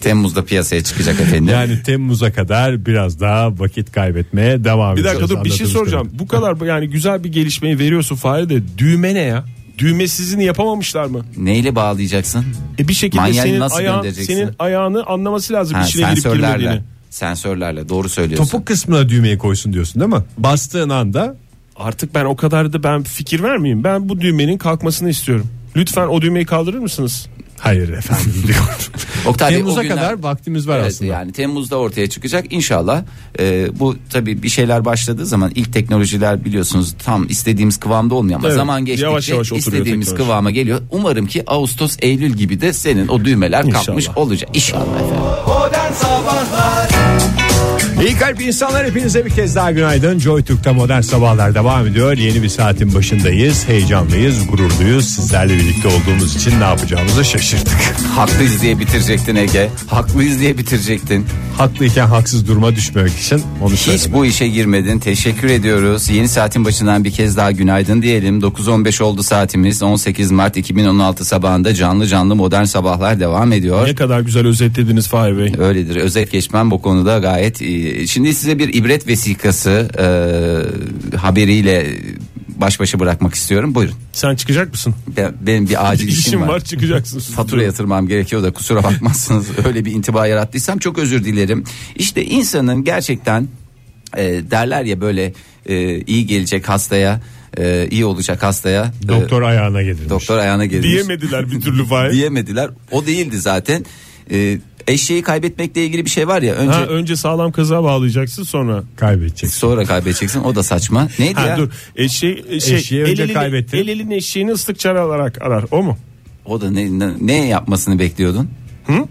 Speaker 4: Temmuz'da piyasaya çıkacak efendim.
Speaker 2: Yani Temmuz'a kadar biraz daha vakit kaybetmeye devam
Speaker 3: Bir
Speaker 2: edeceğiz.
Speaker 3: dakika dur bir şey
Speaker 2: anladığımız
Speaker 3: soracağım.
Speaker 2: kadarıyla.
Speaker 3: Bu kadar yani güzel bir gelişmeyi veriyorsun Fahri de düğme ne ya? Düğmesizini yapamamışlar mı?
Speaker 4: Neyle bağlayacaksın?
Speaker 3: E bir şekilde
Speaker 4: Manyağını
Speaker 3: senin
Speaker 4: nasıl
Speaker 3: ayağın
Speaker 4: göndereceksin?
Speaker 3: senin ayağını anlaması lazım
Speaker 4: Ha,
Speaker 3: içine girip girmediğini.
Speaker 4: sensörlerle. Sensörlerle doğru söylüyorsun.
Speaker 2: Topuk kısmına düğmeyi koysun diyorsun değil mi? Bastığın anda
Speaker 3: Artık ben o kadar da ben fikir vermeyeyim. Ben bu düğmenin kalkmasını istiyorum. Lütfen o düğmeyi kaldırır mısınız?
Speaker 2: hayır efendim *laughs* diyor.
Speaker 4: Oktay Bey, o
Speaker 2: Temmuz'a
Speaker 4: günler-
Speaker 2: kadar vaktimiz var
Speaker 4: Evet,
Speaker 2: aslında.
Speaker 4: yani Temmuz'da ortaya çıkacak inşallah. Ee, bu tabii bir şeyler başladığı zaman ilk teknolojiler biliyorsunuz tam istediğimiz kıvamda olmuyor ama
Speaker 3: Evet,
Speaker 4: zaman geçtikçe
Speaker 3: yavaş yavaş oturuyor
Speaker 4: istediğimiz
Speaker 3: teknoloji.
Speaker 4: kıvama geliyor. Umarım ki Ağustos Eylül gibi de senin o düğmeler kalkmış
Speaker 3: İnşallah.
Speaker 4: olacak inşallah efendim.
Speaker 2: İyi kalp insanlar hepinize bir kez daha günaydın. Joy Türk'te modern sabahlar devam ediyor. Yeni bir saatin başındayız. Heyecanlıyız, gururluyuz. Sizlerle birlikte olduğumuz için ne yapacağımızı şaşırdık. *laughs*
Speaker 4: Haklıyız diye bitirecektin Ege. Haklıyız diye bitirecektin.
Speaker 2: Haklıyken haksız duruma düşmemek için onu
Speaker 4: Hiç
Speaker 2: söyledim.
Speaker 4: bu işe girmedin. Teşekkür ediyoruz. Yeni saatin başından bir kez daha günaydın diyelim. 9.15 oldu saatimiz. 18 Mart 2016 sabahında canlı canlı modern sabahlar devam ediyor.
Speaker 3: Ne kadar güzel özetlediniz Fahri Bey.
Speaker 2: Ee,
Speaker 4: Öyledir. Özet geçmem bu konuda gayet iyi. Şimdi size bir ibret vesikası e, haberiyle baş başa bırakmak istiyorum. Buyurun.
Speaker 3: Sen çıkacak mısın?
Speaker 4: Be- Benim bir acil işim,
Speaker 3: İşim var,
Speaker 4: var.
Speaker 3: çıkacaksın.
Speaker 4: fatura yatırmam gerekiyor da kusura bakmazsınız öyle bir intiba yarattıysam çok özür dilerim. İşte insanın gerçekten e, derler ya böyle e, iyi gelecek hastaya e, iyi olacak hastaya e,
Speaker 2: Doktor ayağına gelirmiş.
Speaker 4: doktor ayağına gelmiş *laughs*
Speaker 3: Diyemediler bir türlü Fahri.
Speaker 4: diyemediler o değildi zaten. E, Eşeği kaybetmekle ilgili bir şey var ya önce
Speaker 3: Ha, önce sağlam kazığa bağlayacaksın sonra.
Speaker 2: Kaybedecek.
Speaker 4: sonra kaybedeceksin o da saçma. Neydi
Speaker 3: Ha,
Speaker 4: ya?
Speaker 3: dur. Eşeği, şey,
Speaker 2: Eşeği önce kaybettin.
Speaker 3: El elin eşeğini ıslık çare alarak arar. O mu?
Speaker 4: O da ne, ne, ne yapmasını bekliyordun?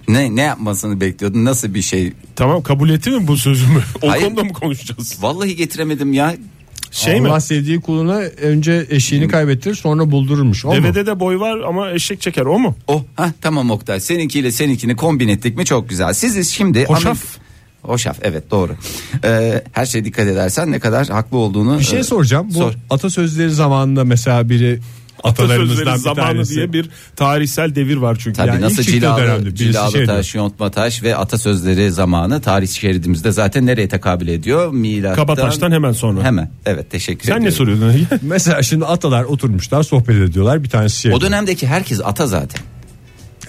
Speaker 4: Ne ne yapmasını bekliyordun? Nasıl bir şey?
Speaker 3: Tamam kabul etti mi bu sözümü? *laughs* o
Speaker 4: Hayır.
Speaker 3: konuda mı konuşacağız?
Speaker 4: Vallahi getiremedim ya.
Speaker 3: Şey
Speaker 2: Allah
Speaker 3: mi?
Speaker 2: sevdiği kuluna önce eşiğini kaybettirir sonra buldururmuş. O mu?
Speaker 3: Devede de boy var ama eşek çeker o mu?
Speaker 4: Oh, ha tamam Oktay. Seninkiyle seninkini kombin ettik mi çok güzel. Siz şimdi
Speaker 3: Hoşaf.
Speaker 4: Amerika- Hoşaf evet doğru. Ee, her şeye dikkat edersen ne kadar haklı olduğunu
Speaker 2: Bir şey
Speaker 4: e,
Speaker 2: soracağım. Bu
Speaker 4: sor.
Speaker 2: atasözleri zamanında mesela biri atalarımızdan
Speaker 3: Atasözleri
Speaker 2: bir
Speaker 3: zamanı
Speaker 2: tanesi.
Speaker 3: diye bir tarihsel devir var çünkü.
Speaker 4: Tabii
Speaker 2: Yani
Speaker 4: nasıl
Speaker 2: ilk çıktığı dönemde
Speaker 4: cilalı,
Speaker 2: birisi
Speaker 4: cilalı
Speaker 2: şey diyor.
Speaker 4: taş, yontma taş ve atasözleri zamanı tarih şeridimizde zaten nereye tekabül ediyor? Milattan.
Speaker 3: Kabataş'tan hemen sonra.
Speaker 4: Hemen. Evet teşekkür
Speaker 3: Sen
Speaker 4: ederim.
Speaker 3: ne soruyordun?
Speaker 2: Mesela şimdi atalar oturmuşlar sohbet ediyorlar bir tanesi şey
Speaker 4: O dönemdeki herkes ata zaten.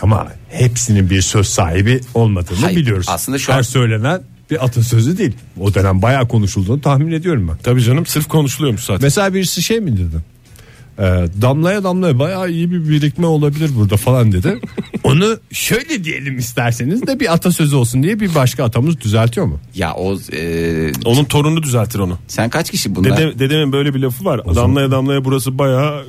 Speaker 2: ama hepsinin bir söz sahibi olmadığını
Speaker 4: Hayır,
Speaker 2: biliyoruz.
Speaker 4: aslında şu
Speaker 2: Her
Speaker 4: an-
Speaker 2: söylenen bir atasözü değil. O dönem bayağı konuşulduğunu tahmin ediyorum ben.
Speaker 3: *laughs* Tabii canım sırf konuşuluyormuş zaten.
Speaker 2: Mesela birisi şey mi dedi? Ee, damlaya damlaya bayağı iyi bir birikme olabilir burada falan
Speaker 4: *laughs*
Speaker 2: dedi. Onu şöyle diyelim isterseniz de bir atasözü olsun diye bir başka atamız düzeltiyor mu?
Speaker 4: Ya o e,
Speaker 3: Onun torunu düzeltir onu.
Speaker 4: sen kaç kişi bunlar?
Speaker 3: Dede, dedemin böyle bir lafı var. Damlaya damlaya burası baya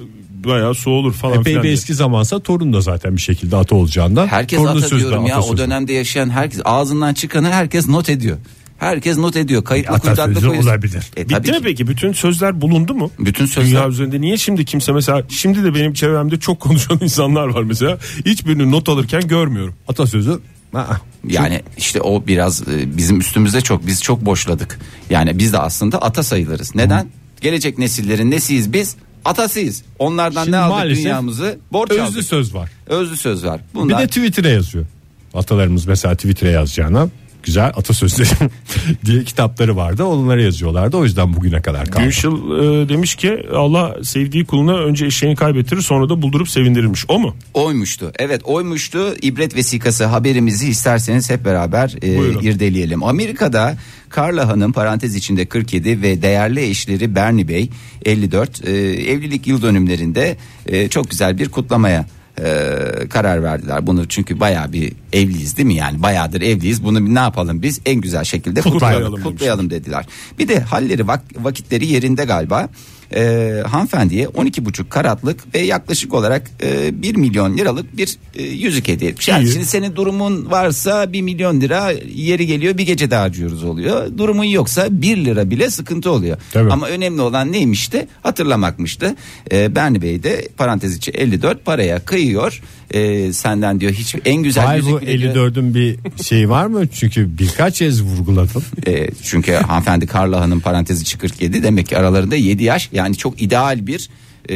Speaker 3: baya su olur falan
Speaker 2: Epey
Speaker 3: filan.
Speaker 2: bir
Speaker 3: diye.
Speaker 2: eski zamansa torun da zaten bir şekilde ata olacağından.
Speaker 4: Herkes
Speaker 2: torunun
Speaker 4: ata
Speaker 2: sözü de
Speaker 4: diyorum ya
Speaker 2: atasözü.
Speaker 4: o dönemde yaşayan herkes ağzından çıkanı herkes not ediyor. Herkes not ediyor. Kayıtlı
Speaker 2: Atasözü
Speaker 4: kuyudatlı koyuyorsun.
Speaker 2: olabilir.
Speaker 4: E, tabii
Speaker 3: Bitti mi
Speaker 4: ki.
Speaker 3: peki? Bütün sözler bulundu mu?
Speaker 4: Bütün sözler-
Speaker 3: Dünya üzerinde niye şimdi kimse mesela şimdi de benim çevremde çok konuşan *laughs* insanlar var mesela. Hiçbirini not alırken görmüyorum.
Speaker 2: Atasözü ha,
Speaker 4: Yani işte o biraz e, bizim üstümüzde çok biz çok boşladık. Yani biz de aslında ata sayılırız. Neden? Gelecek nesillerin nesiyiz biz? Atasıyız. Onlardan
Speaker 2: Şimdi
Speaker 4: ne aldık
Speaker 2: maalesef
Speaker 4: dünyamızı? Borç
Speaker 2: özlü
Speaker 4: aldık.
Speaker 2: söz var.
Speaker 4: Özlü söz var.
Speaker 2: Bir
Speaker 4: Bunlar
Speaker 2: de Twitter'a yazıyor. Atalarımız mesela Twitter'a yazacağına güzel atasözleri *laughs* diye kitapları vardı. Onları yazıyorlardı. O yüzden bugüne kadar kaldı.
Speaker 3: Gülşil e, demiş ki Allah sevdiği kuluna önce eşeğini kaybettirir sonra da buldurup sevindirirmiş. O mu?
Speaker 4: oymuştu. Evet oymuştu. İbret vesikası haberimizi isterseniz hep beraber e,
Speaker 3: Buyurun.
Speaker 4: irdeleyelim. Amerika'da Carla Hanım parantez içinde 47 ve değerli eşleri Bernie Bey 54 e, evlilik yıl dönümlerinde e, çok güzel bir kutlamaya e, karar verdiler. Bunu çünkü bayağı bir evliyiz değil mi yani bayağıdır evliyiz. Bunu ne yapalım biz en güzel şekilde
Speaker 3: Kutlayalım
Speaker 4: kutlayalım,
Speaker 3: demişler.
Speaker 4: kutlayalım dediler. Bir de halleri vak- vakitleri yerinde galiba. Ee, hanımefendiye 12,5 karatlık ve yaklaşık olarak e, 1 milyon liralık bir e, yüzük hediye etmiş. Yani
Speaker 3: İyi.
Speaker 4: şimdi senin durumun varsa 1 milyon lira yeri geliyor bir gece daha harcıyoruz oluyor. Durumun yoksa 1 lira bile sıkıntı oluyor.
Speaker 2: Tabii.
Speaker 4: Ama önemli olan neymişti? Hatırlamakmıştı. Ee, Bernie Bey de parantez içi 54 paraya kıyıyor. Ee, senden diyor hiç en güzel
Speaker 2: Hayır
Speaker 4: yüzük
Speaker 2: bu
Speaker 4: bile diyor.
Speaker 2: 54'ün bir şeyi var mı? Çünkü birkaç kez vurguladın.
Speaker 4: E, çünkü hanımefendi Carla Hanım parantezi içi 47 demek ki aralarında 7 yaş yani çok ideal bir e,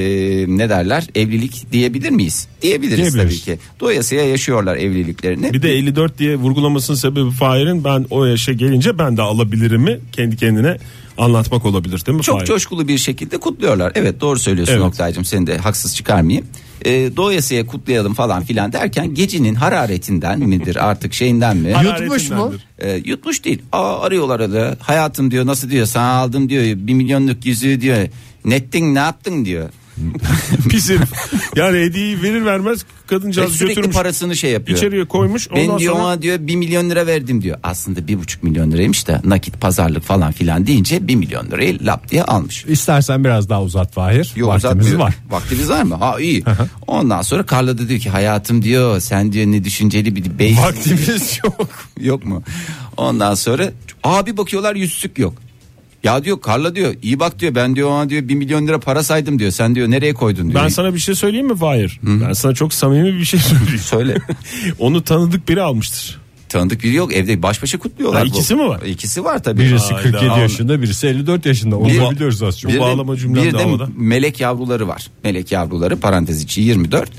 Speaker 4: ne derler evlilik diyebilir miyiz? Diyebiliriz,
Speaker 2: Diyebiliriz.
Speaker 4: tabii ki. Doyasıya yaşıyorlar evliliklerini.
Speaker 3: Bir de 54 diye vurgulamasının sebebi Fahir'in ben o yaşa gelince ben de alabilirim mi kendi kendine anlatmak olabilir değil mi
Speaker 4: çok
Speaker 3: Fahir?
Speaker 4: coşkulu bir şekilde kutluyorlar. Evet doğru söylüyorsun
Speaker 3: Evet.
Speaker 4: Oktay'cığım seni de haksız çıkarmayayım. E, doyasıya kutlayalım falan filan derken gecenin hararetinden *laughs* midir artık şeyinden mi?
Speaker 2: Yutmuş mu?
Speaker 4: E, yutmuş değil. Aa, arıyorlar arada. Hayatım diyor nasıl diyor sana aldım diyor. Bir milyonluk yüzüğü diyor. Nettin ne yaptın diyor.
Speaker 3: *laughs* Pis herif. Yani hediyeyi verir vermez
Speaker 4: Ve
Speaker 3: kadıncağız
Speaker 4: sürekli
Speaker 3: götürmüş.
Speaker 4: parasını şey yapıyor.
Speaker 3: İçeriye koymuş. Ondan
Speaker 4: Ben diyor
Speaker 3: sonra
Speaker 4: ona diyor 1 milyon lira verdim diyor. Aslında bir buçuk milyon liraymış da nakit pazarlık falan filan deyince 1 milyon lirayı lap diye almış.
Speaker 2: İstersen biraz daha uzat Fahir.
Speaker 4: Yok,
Speaker 2: Vaktimiz
Speaker 4: uzatmıyor.
Speaker 2: var.
Speaker 4: Vaktimiz var mı? Ha iyi. Ondan sonra Carla da diyor ki hayatım diyor sen diyor ne düşünceli bir bey. *laughs*
Speaker 2: Vaktimiz yok.
Speaker 4: yok mu? Ondan sonra abi bakıyorlar yüzsük yok. Ya diyor Carla diyor iyi bak diyor ben diyor ona diyor 1 milyon lira para saydım diyor. Sen diyor nereye koydun diyor.
Speaker 3: ben sana bir şey söyleyeyim mi Fahir? Ben sana çok samimi bir şey söyleyeyim.
Speaker 4: *laughs* Söyle.
Speaker 3: Onu tanıdık biri almıştır.
Speaker 4: Tanıdık biri yok evde baş başa kutluyorlar.
Speaker 3: Ha,
Speaker 4: bu.
Speaker 3: ikisi mi var?
Speaker 4: İkisi var tabii.
Speaker 2: Birisi
Speaker 3: Hayda,
Speaker 2: 47
Speaker 3: al.
Speaker 2: yaşında birisi 54 yaşında. Onu
Speaker 4: Bir-
Speaker 2: da biliyoruz az çok.
Speaker 4: Bir de-
Speaker 3: bağlama cümlem
Speaker 4: bir
Speaker 3: de
Speaker 4: de
Speaker 3: havada.
Speaker 4: melek yavruları var. Melek yavruları parantez içi 24.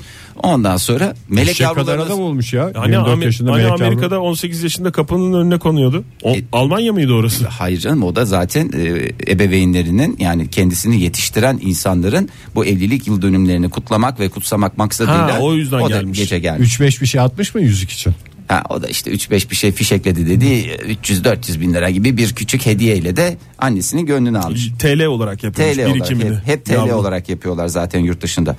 Speaker 4: Ondan sonra melek
Speaker 2: Eşek kadar
Speaker 4: yavruları
Speaker 2: adam olmuş ya.
Speaker 3: Hani,
Speaker 2: 24
Speaker 3: Amer-
Speaker 2: yaşında
Speaker 3: hani
Speaker 2: melek yavru.
Speaker 3: Amerika'da 18 yaşında kapının önüne konuyordu. O-
Speaker 4: E-
Speaker 3: Almanya mıydı orası?
Speaker 4: Hayır canım o da zaten e, ebeveynlerinin yani kendisini yetiştiren insanların bu evlilik yıl dönümlerini kutlamak ve kutsamak maksadıyla
Speaker 3: Ha, o yüzden
Speaker 4: o da
Speaker 3: gelmiş.
Speaker 4: gece gelmiş.
Speaker 2: 3-5 bir şey atmış mı yüzük için?
Speaker 4: Ha, o da işte 3-5 bir şey fişekledi dediği 300-400 bin lira gibi bir küçük hediyeyle de annesinin gönlünü almış.
Speaker 3: TL olarak yapıyormuş.
Speaker 4: TL olarak
Speaker 3: birikimini.
Speaker 4: hep, hep TL
Speaker 3: Yavrum.
Speaker 4: olarak yapıyorlar zaten yurt dışında.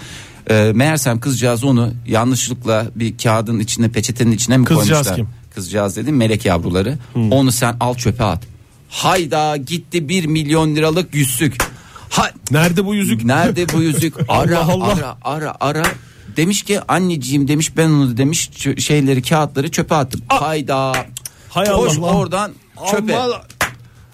Speaker 4: Ee, meğersem kızcağız onu yanlışlıkla bir kağıdın içine peçetenin içine mi
Speaker 3: Kızcağız
Speaker 4: koymuşlar?
Speaker 3: kim? Hmm.
Speaker 4: Kızcağız dedim melek yavruları. Onu sen al çöpe at. Hayda gitti 1 milyon liralık yüzsük. Ha,
Speaker 3: Nerede bu yüzük?
Speaker 4: Nerede bu yüzük?
Speaker 3: *laughs*
Speaker 4: Ara
Speaker 3: Allah Allah.
Speaker 4: ara ara ara. Demiş ki anneciğim demiş ben onu demiş ç- şeyleri kağıtları çöpe attım. Hayda.
Speaker 3: Hay
Speaker 4: Koş
Speaker 3: Allah.
Speaker 4: oradan çöpe.
Speaker 2: Aman-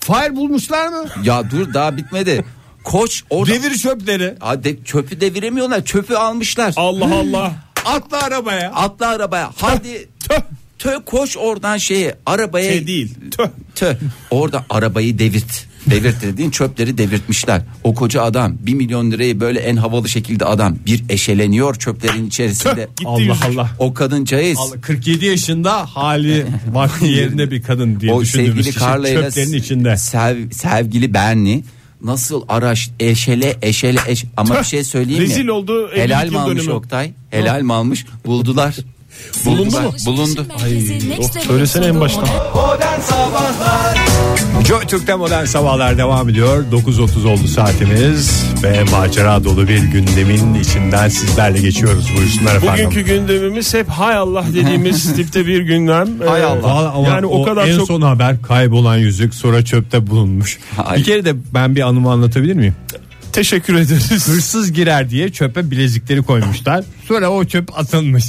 Speaker 2: Fire bulmuşlar mı?
Speaker 4: Ya dur daha bitmedi. Koş oradan.
Speaker 2: Devir çöpleri.
Speaker 4: Ha, de- çöpü deviremiyorlar. Çöpü almışlar.
Speaker 3: Allah Allah.
Speaker 2: Atla arabaya.
Speaker 4: Atla arabaya. Hadi
Speaker 3: Tüh.
Speaker 4: tö koş oradan şeye arabaya.
Speaker 3: Şey değil. Tüh.
Speaker 4: Tö. Orada arabayı devirt. Devirt dediğin çöpleri devirtmişler. O koca adam 1 milyon lirayı böyle en havalı şekilde adam bir eşeleniyor çöplerin
Speaker 3: Tüh.
Speaker 4: içerisinde.
Speaker 3: Gitti
Speaker 2: Allah
Speaker 3: yüzük.
Speaker 2: Allah.
Speaker 4: O kadıncağız.
Speaker 2: Allah, 47 yaşında
Speaker 4: *laughs*
Speaker 2: hali vakti yerinde bir kadın diye
Speaker 4: O
Speaker 2: düşündüğümüz
Speaker 4: sevgili
Speaker 2: kişi
Speaker 4: Carla ile
Speaker 2: çöplerin içinde.
Speaker 4: sev- sevgili Bernie nasıl araş eşele eşele eş ama
Speaker 3: Tüh,
Speaker 4: bir şey söyleyeyim mi?
Speaker 3: rezil oldu, evlilik
Speaker 4: Helal
Speaker 3: yıl
Speaker 4: mi almış
Speaker 3: dönümü.
Speaker 4: Oktay? Helal mi almış? Buldular.
Speaker 3: *laughs* Bulundu mu?
Speaker 4: Bulundu.
Speaker 2: oh.
Speaker 3: Söylesene en baştan.
Speaker 2: Joy Türk'te modern sabahlar devam ediyor. 9.30 oldu saatimiz ve macera dolu bir gündemin içinden sizlerle geçiyoruz. Buyursunlar efendim.
Speaker 3: Bugünkü gündemimiz hep hay Allah
Speaker 4: *laughs*
Speaker 3: dediğimiz tipte bir gündem. Hay
Speaker 2: Vallahi ama
Speaker 3: Yani o kadar
Speaker 2: en
Speaker 3: çok
Speaker 2: son haber kaybolan yüzük sonra çöpte bulunmuş.
Speaker 4: Ay.
Speaker 2: Bir kere de ben bir anımı anlatabilir miyim?
Speaker 3: teşekkür ederiz.
Speaker 2: Hırsız girer diye çöpe bilezikleri koymuşlar. Sonra o çöp atılmış.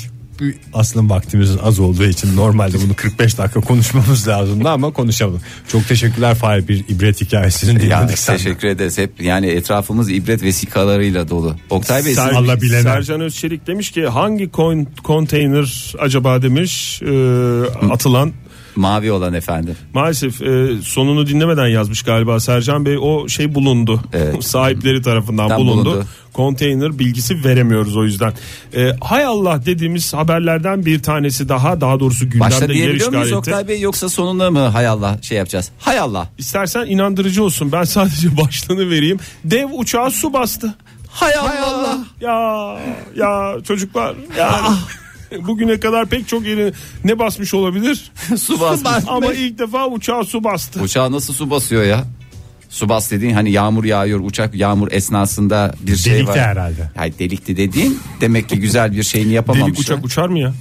Speaker 2: Aslında vaktimiz az olduğu için normalde bunu 45 dakika konuşmamız lazımdı ama konuşamadık. Çok teşekkürler Fahir bir ibret hikayesini
Speaker 4: Ya,
Speaker 2: dinledik senden.
Speaker 4: teşekkür ederiz. Hep yani etrafımız ibret vesikalarıyla dolu. Oktay Bey siz-
Speaker 3: Ser-
Speaker 2: Allah bilene.
Speaker 3: Sercan Özçelik demiş ki hangi kon- konteyner acaba demiş e, atılan
Speaker 4: mavi olan efendim.
Speaker 3: Maalesef e, sonunu dinlemeden yazmış galiba Sercan Bey o şey bulundu *laughs*
Speaker 4: Evet.
Speaker 3: sahipleri tarafından
Speaker 4: Tam
Speaker 3: bulundu.
Speaker 4: bulundu.
Speaker 3: konteyner bilgisi veremiyoruz o yüzden E, hay Allah dediğimiz haberlerden bir tanesi daha daha doğrusu
Speaker 4: Başta
Speaker 3: gündemde yer
Speaker 4: diyebiliyor muyuz
Speaker 3: işgal etti
Speaker 4: Oktay Bey yoksa sonuna mı hay Allah şey yapacağız? Hay Allah.
Speaker 3: İstersen inandırıcı olsun ben sadece *laughs* başlığını vereyim dev uçağa su bastı
Speaker 4: Hay Allah.
Speaker 3: ya ya çocuklar ya. *laughs* Bugüne kadar pek çok yeri ne basmış olabilir?
Speaker 4: *laughs* Su basmış.
Speaker 3: Ama ilk defa uçağa su bastı.
Speaker 4: Uçağa nasıl su basıyor ya? Su bas dediğin hani yağmur yağıyor uçak yağmur esnasında bir şey
Speaker 2: Delikti
Speaker 4: var.
Speaker 2: herhalde.
Speaker 4: Hayır delikti dediğin demek ki güzel bir şeyini
Speaker 3: Delik
Speaker 4: yapamamışlar.
Speaker 3: uçak uçar mı ya?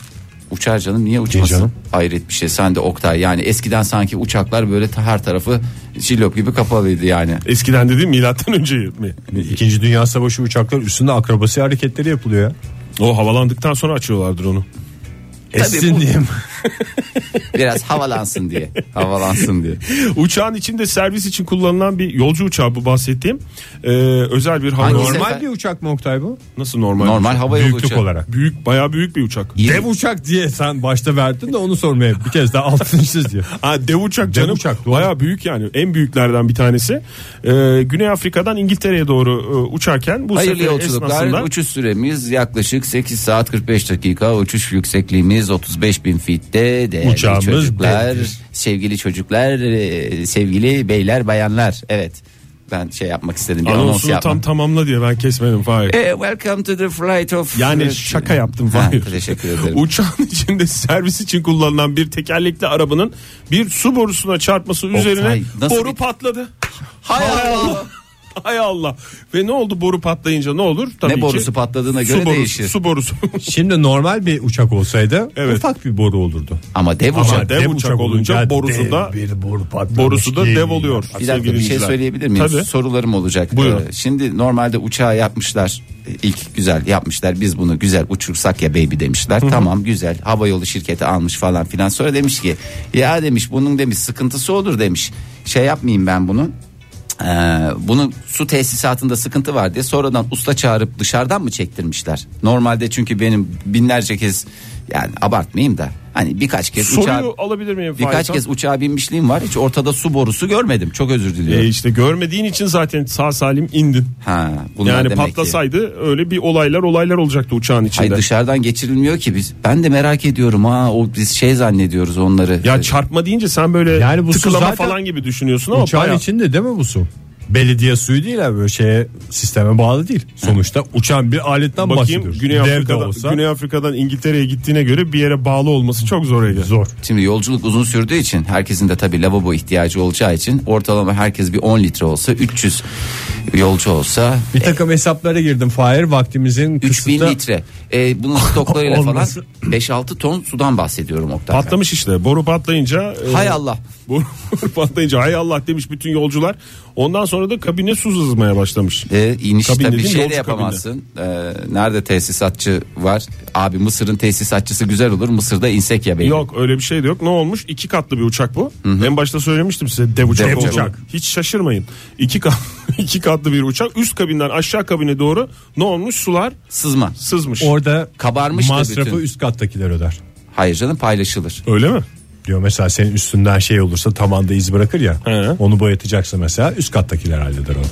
Speaker 4: Uçar canım niye uçmasın?
Speaker 2: canım.
Speaker 4: Hayret bir şey sen de Oktay yani eskiden sanki uçaklar böyle ta- her tarafı jilop gibi kapalıydı yani.
Speaker 3: Eskiden dediğim milattan önce mi?
Speaker 2: İkinci Dünya Savaşı uçaklar üstünde akrobasi hareketleri yapılıyor ya.
Speaker 3: O havalandıktan sonra açıyorlardır onu. *laughs*
Speaker 2: Essin
Speaker 4: bu-
Speaker 2: diyeyim.
Speaker 4: Biraz havalansın diye havalansın diye.
Speaker 3: Uçağın içinde servis için kullanılan bir yolcu uçağı bu bahsettiğim. Ee, özel bir hava
Speaker 4: Hangisi?
Speaker 3: normal.
Speaker 2: Normal bir uçak mı Oktay bu?
Speaker 3: Nasıl normal?
Speaker 4: Normal
Speaker 3: uçak?
Speaker 4: hava yolu
Speaker 2: Büyüklük
Speaker 4: uçağı.
Speaker 2: olarak.
Speaker 3: Büyük bayağı büyük bir uçak.
Speaker 4: İyi.
Speaker 2: Dev uçak diye sen başta verdin de onu sormaya bir kez daha altını çiz diye.
Speaker 3: *laughs* Ha, dev uçak canım.
Speaker 2: uçak, doğru.
Speaker 3: bayağı büyük yani. En büyüklerden bir tanesi. Ee, Güney Afrika'dan İngiltere'ye doğru e, uçarken bu
Speaker 4: Hayırlı
Speaker 3: sefer
Speaker 4: yolculuklar.
Speaker 3: esnasında
Speaker 4: Uçuş süremiz yaklaşık 8 saat 45 dakika. Uçuş yüksekliğimiz 35 bin fitte. Değerli
Speaker 2: Uçağımız
Speaker 4: çocuklar,
Speaker 2: bellidir.
Speaker 4: sevgili çocuklar, e, sevgili beyler, bayanlar. Evet. Ben şey yapmak istedim. Bir anons
Speaker 3: anonsunu
Speaker 4: yapmam.
Speaker 3: tam tamamla diye ben kesmedim Fahir.
Speaker 4: E, welcome to the flight of...
Speaker 3: Yani şaka yaptım
Speaker 4: Ha,
Speaker 3: Fahir.
Speaker 4: teşekkür ederim.
Speaker 3: Uçağın *laughs* içinde servis için kullanılan bir tekerlekli arabanın bir su borusuna çarpması üzerine
Speaker 4: nasıl
Speaker 3: boru
Speaker 4: bir-
Speaker 3: patladı.
Speaker 4: Hay Allah.
Speaker 3: *laughs* Hay Allah. Ve ne oldu boru patlayınca ne olur? Tabii
Speaker 4: Ne
Speaker 3: ki
Speaker 4: borusu patladığına göre
Speaker 3: su borusu,
Speaker 4: değişir.
Speaker 3: Su borusu. *laughs*
Speaker 2: Şimdi normal bir uçak olsaydı
Speaker 3: Evet.
Speaker 2: ufak bir boru olurdu.
Speaker 4: Ama dev
Speaker 3: Ama
Speaker 4: uçak.
Speaker 3: dev uçak olunca borusu
Speaker 2: dev
Speaker 3: da-
Speaker 2: bir boru patlamış
Speaker 3: borusu da
Speaker 2: ki.
Speaker 3: dev oluyor.
Speaker 4: Bir dakika
Speaker 3: sevgili
Speaker 4: bir şey
Speaker 3: dinleyiciler.
Speaker 4: söyleyebilir miyim?
Speaker 3: Tabii.
Speaker 4: Sorularım olacak.
Speaker 3: Buyurun.
Speaker 4: Ee, şimdi normalde uçağı yapmışlar. Ee, İlk güzel yapmışlar. Biz bunu güzel uçursak ya baby demişler. Tamam güzel. Hava yolu şirketi almış falan filan. Sonra demiş ki ya demiş bunun demiş sıkıntısı olur demiş. Şey yapmayayım ben bunu. Ee, bunun su tesisatında sıkıntı var diye sonradan usta çağırıp dışarıdan mı çektirmişler? Normalde çünkü benim binlerce kez yani abartmayayım da hani birkaç kez
Speaker 3: Soruyu
Speaker 4: uçağa-
Speaker 3: alabilir miyim?
Speaker 4: Birkaç
Speaker 3: Fahir?
Speaker 4: kez uçağa binmişliğim var. Hiç ortada su borusu görmedim. Çok özür
Speaker 3: E
Speaker 4: diliyorum.
Speaker 3: işte görmediğin için zaten sağ salim indin.
Speaker 4: ha, bunlar
Speaker 3: Yani
Speaker 4: demek ki-
Speaker 3: patlasaydı öyle bir olaylar olaylar olacaktı uçağın içinde.
Speaker 4: Ay dışarıdan geçirilmiyor ki biz. Ben de merak ediyorum ha o biz şey zannediyoruz onları. Ee,
Speaker 3: ya çarpma deyince sen böyle
Speaker 2: Yani bu su
Speaker 3: tıkılama
Speaker 2: zaten
Speaker 3: falan gibi düşünüyorsun ama
Speaker 2: Uçağın
Speaker 3: bayağı-
Speaker 2: içinde değil mi bu su? belediye suyu değil abi böyle şeye sisteme bağlı değil. Sonuçta uçan bir aletten
Speaker 3: Bakayım
Speaker 2: bahsediyoruz.
Speaker 3: Güney
Speaker 2: Dev de
Speaker 3: Afrika'dan,
Speaker 2: olsa
Speaker 3: Güney Afrika'dan İngiltere'ye gittiğine göre bir yere bağlı olması çok zor Ege.
Speaker 2: zor.
Speaker 4: Şimdi yolculuk uzun sürdüğü için herkesin de tabii lavabo ihtiyacı olacağı için ortalama herkes bir 10 litre olsa 300 yolcu olsa
Speaker 2: Bir takım hesaplara girdim Fahir vaktimizin
Speaker 4: 3000
Speaker 2: kısıtlı.
Speaker 4: litre. Ee,
Speaker 3: *laughs*
Speaker 4: bunun stoklarıyla falan
Speaker 2: Olması.
Speaker 4: 5-6 ton sudan bahsediyorum Oktay.
Speaker 3: Patlamış işte boru patlayınca. e,
Speaker 4: Hay Allah.
Speaker 3: *laughs* Boru patlayınca hay Allah demiş bütün yolcular. Ondan sonra da kabine su sızmaya başlamış.
Speaker 4: Ee, iniş
Speaker 3: Kabin
Speaker 4: tabii
Speaker 3: dediğin
Speaker 4: şey de
Speaker 3: yolcu
Speaker 4: yapamazsın. Ee, nerede tesisatçı var? Abi Mısır'ın tesisatçısı güzel olur. Mısır'da insek ya benim.
Speaker 3: Yok öyle bir şey de yok. Ne olmuş? İki katlı bir uçak bu. En başta söylemiştim size dev uçak.
Speaker 4: Dev
Speaker 3: olduğunu.
Speaker 4: uçak.
Speaker 3: Hiç şaşırmayın. İki, kat, *laughs* iki katlı bir uçak. Üst kabinden aşağı kabine doğru ne olmuş? Sular
Speaker 4: Sızma.
Speaker 3: sızmış.
Speaker 2: Orada
Speaker 4: Kabarmış da
Speaker 2: masrafı
Speaker 4: bütün.
Speaker 2: üst kattakiler öder.
Speaker 4: Hayır canım paylaşılır.
Speaker 3: öyle mi?
Speaker 2: Diyor mesela senin üstünden şey olursa tamanda iz bırakır ya.
Speaker 3: He.
Speaker 2: Onu boyatacaksa mesela üst kattakiler halleder onu.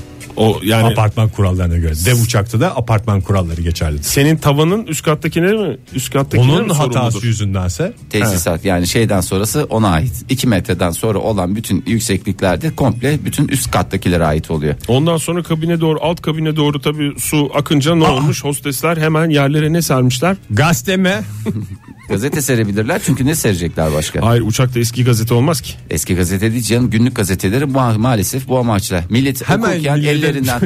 Speaker 3: O yani
Speaker 2: Apartman kurallarına göre. Dev uçakta da apartman kuralları geçerlidir.
Speaker 3: senin tavanın üst kattakine mi? Üst kattakine
Speaker 2: Onun
Speaker 3: mi sorumludur?
Speaker 2: hatası yüzündense
Speaker 4: Tesisat yani şeyden sonrası ona ait. 2 metreden sonra olan bütün yüksekliklerde komple bütün üst kattakilere ait oluyor.
Speaker 3: Ondan sonra kabine doğru alt kabine doğru tabii su akınca
Speaker 2: Ah!
Speaker 3: ne olmuş? Hostesler hemen yerlere ne sermişler?
Speaker 2: gazete mi? *laughs*
Speaker 4: Gazete serebilirler çünkü ne serecekler başka?
Speaker 3: Hayır uçakta eski gazete olmaz ki.
Speaker 4: Eski gazete değil canım günlük gazeteleri ma- maalesef bu amaçla. Millet
Speaker 2: Hemen
Speaker 4: okurken
Speaker 2: millete- *laughs*
Speaker 4: ellerinden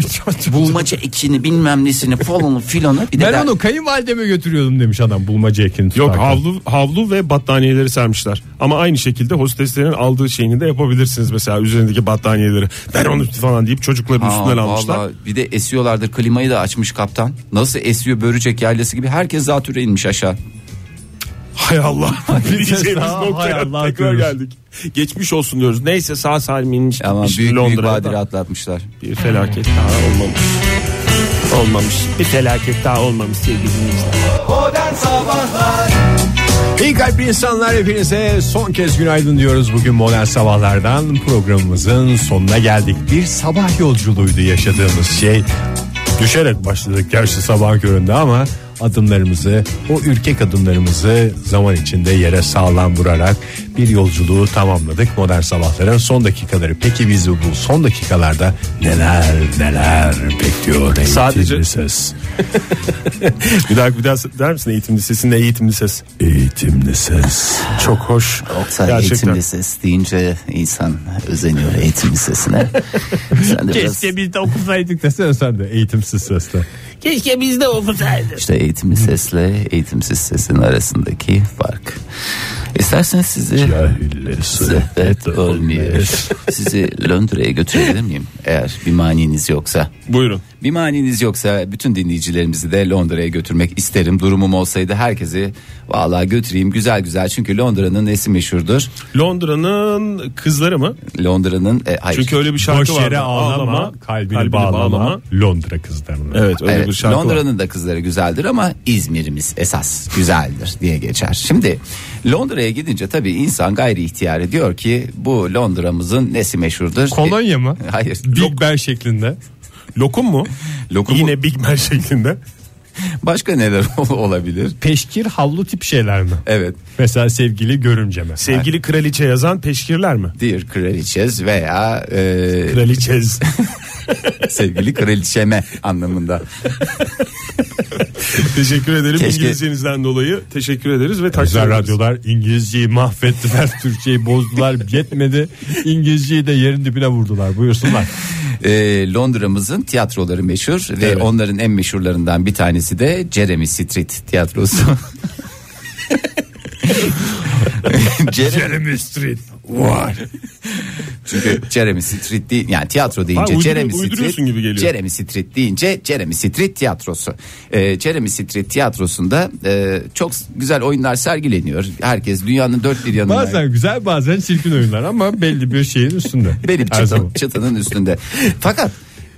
Speaker 4: bulmaca ekini bilmem nesini falanı filanı. Bir de der-
Speaker 2: Ben onu kayınvalideme götürüyordum demiş adam bulmaca ekini
Speaker 3: Yok
Speaker 2: tutarken.
Speaker 3: havlu havlu ve battaniyeleri sermişler. Ama aynı şekilde hosteslerin aldığı şeyini de yapabilirsiniz mesela üzerindeki battaniyeleri. Ver onu falan deyip çocukların
Speaker 4: Aa,
Speaker 3: üstünden almışlar.
Speaker 4: *laughs* vallahi bir de esiyorlardır klimayı da açmış kaptan. Nasıl esiyor börücek yaylası gibi herkes zatüre inmiş aşağı.
Speaker 3: Hay Allah. Diyeceğimiz
Speaker 2: daha hay
Speaker 3: noktaya
Speaker 2: Allah
Speaker 3: tekrar
Speaker 2: diyoruz.
Speaker 3: geldik. Geçmiş olsun diyoruz. Neyse sağ salim inmiş
Speaker 4: Ama
Speaker 3: gitmiş
Speaker 4: büyük büyük
Speaker 3: Londra'ya da.
Speaker 4: badire atlatmışlar.
Speaker 3: Bir felaket daha olmamış. Olmamış. Bir felaket daha olmamış sevgili dinleyiciler.
Speaker 2: İyi kalpli insanlar hepinize son kez günaydın diyoruz bugün modern sabahlardan programımızın sonuna geldik. Bir sabah yolculuğuydu yaşadığımız şey. Düşerek başladık gerçi sabah köründe ama adımlarımızı o ürkek adımlarımızı zaman içinde yere sağlam vurarak bir yolculuğu tamamladık modern sabahların son dakikaları. Peki bizi bu son dakikalarda neler neler bekliyor
Speaker 3: Sadece-
Speaker 2: eğitim ses.
Speaker 3: Bir daha bir daha der misin eğitim lisesinde eğitim lisesi?
Speaker 2: Eğitimli ses.
Speaker 3: Çok hoş.
Speaker 6: Oktay eğitim lisesi deyince insan özeniyor eğitim
Speaker 3: *laughs*
Speaker 6: lisesine. Sen de biraz
Speaker 2: biz de okusaydık desene sen de eğitimsiz sesle.
Speaker 5: Keşke biz de okusaydık.
Speaker 6: işte eğitimli sesle eğitimsiz sesin arasındaki fark. İsterseniz
Speaker 3: Şey
Speaker 6: sizi
Speaker 2: Cahille
Speaker 6: zehbet olmuyor. sizi Londra'ya götürebilir miyim? Eğer bir maniniz yoksa.
Speaker 3: Buyurun.
Speaker 4: Bir maniniz yoksa bütün dinleyicilerimizi de Londra'ya götürmek isterim. Durumum olsaydı herkesi vallahi götüreyim güzel güzel. Çünkü Londra'nın nesi meşhurdur?
Speaker 3: Londra'nın kızları mı?
Speaker 4: Londra'nın e, hayır.
Speaker 3: Çünkü öyle bir şarkı
Speaker 2: Boş
Speaker 3: vardı.
Speaker 2: yere ağlama, kalbini, bağlama, Londra kızlarına.
Speaker 3: Evet öyle
Speaker 4: Evet,
Speaker 3: bir şarkı var.
Speaker 4: Londra'nın da kızları güzeldir ama İzmir'imiz esas güzeldir diye geçer. Şimdi Londra'ya gidince tabii insan gayri ihtiyari diyor ki bu Londra'mızın nesi meşhurdur?
Speaker 2: Kolonya mı?
Speaker 4: E, *laughs* Hayır.
Speaker 2: Big Ben şeklinde.
Speaker 3: Lokum mu?
Speaker 4: Lokum mu?
Speaker 3: Yine Big Ben şeklinde.
Speaker 4: E, Başka neler *laughs* olabilir?
Speaker 2: Peşkir havlu tip şeyler mi?
Speaker 4: Evet.
Speaker 2: Mesela sevgili görümceme.
Speaker 3: Sevgili kraliçe yazan
Speaker 2: *laughs*
Speaker 3: peşkirler mi?
Speaker 4: Dear kraliçes veya e,
Speaker 3: Kraliçez.
Speaker 4: sevgili kraliçeme anlamında.
Speaker 3: teşekkür ederim
Speaker 4: Keşke-
Speaker 3: İngilizcenizden dolayı. Teşekkür ederiz ve takdir
Speaker 2: Güzel
Speaker 3: ederiz.
Speaker 2: radyolar İngilizceyi mahvettiler, *laughs* Türkçeyi bozdular, yetmedi. İngilizceyi de yerin dibine vurdular. Buyursunlar.
Speaker 4: E, Londra'mızın tiyatroları meşhur ve onların en meşhurlarından bir tanesi de Jeremy Street tiyatrosu. *laughs* Jeremy
Speaker 2: Street var.
Speaker 4: Çünkü Jeremy Street değil yani tiyatro
Speaker 3: Ha,
Speaker 4: deyince
Speaker 3: uydur-
Speaker 4: Jeremy Street
Speaker 3: uyduruyorsun gibi geliyor.
Speaker 4: Jeremy Street deyince Jeremy Street tiyatrosu. Ee, Jeremy Street tiyatrosunda e, çok güzel oyunlar sergileniyor. Herkes dünyanın dört bir yanına.
Speaker 2: Bazen güzel bazen çirkin oyunlar ama belli bir şeyin üstünde.
Speaker 4: Benim
Speaker 2: Her zaman.
Speaker 4: çıtı, çıtının üstünde. Fakat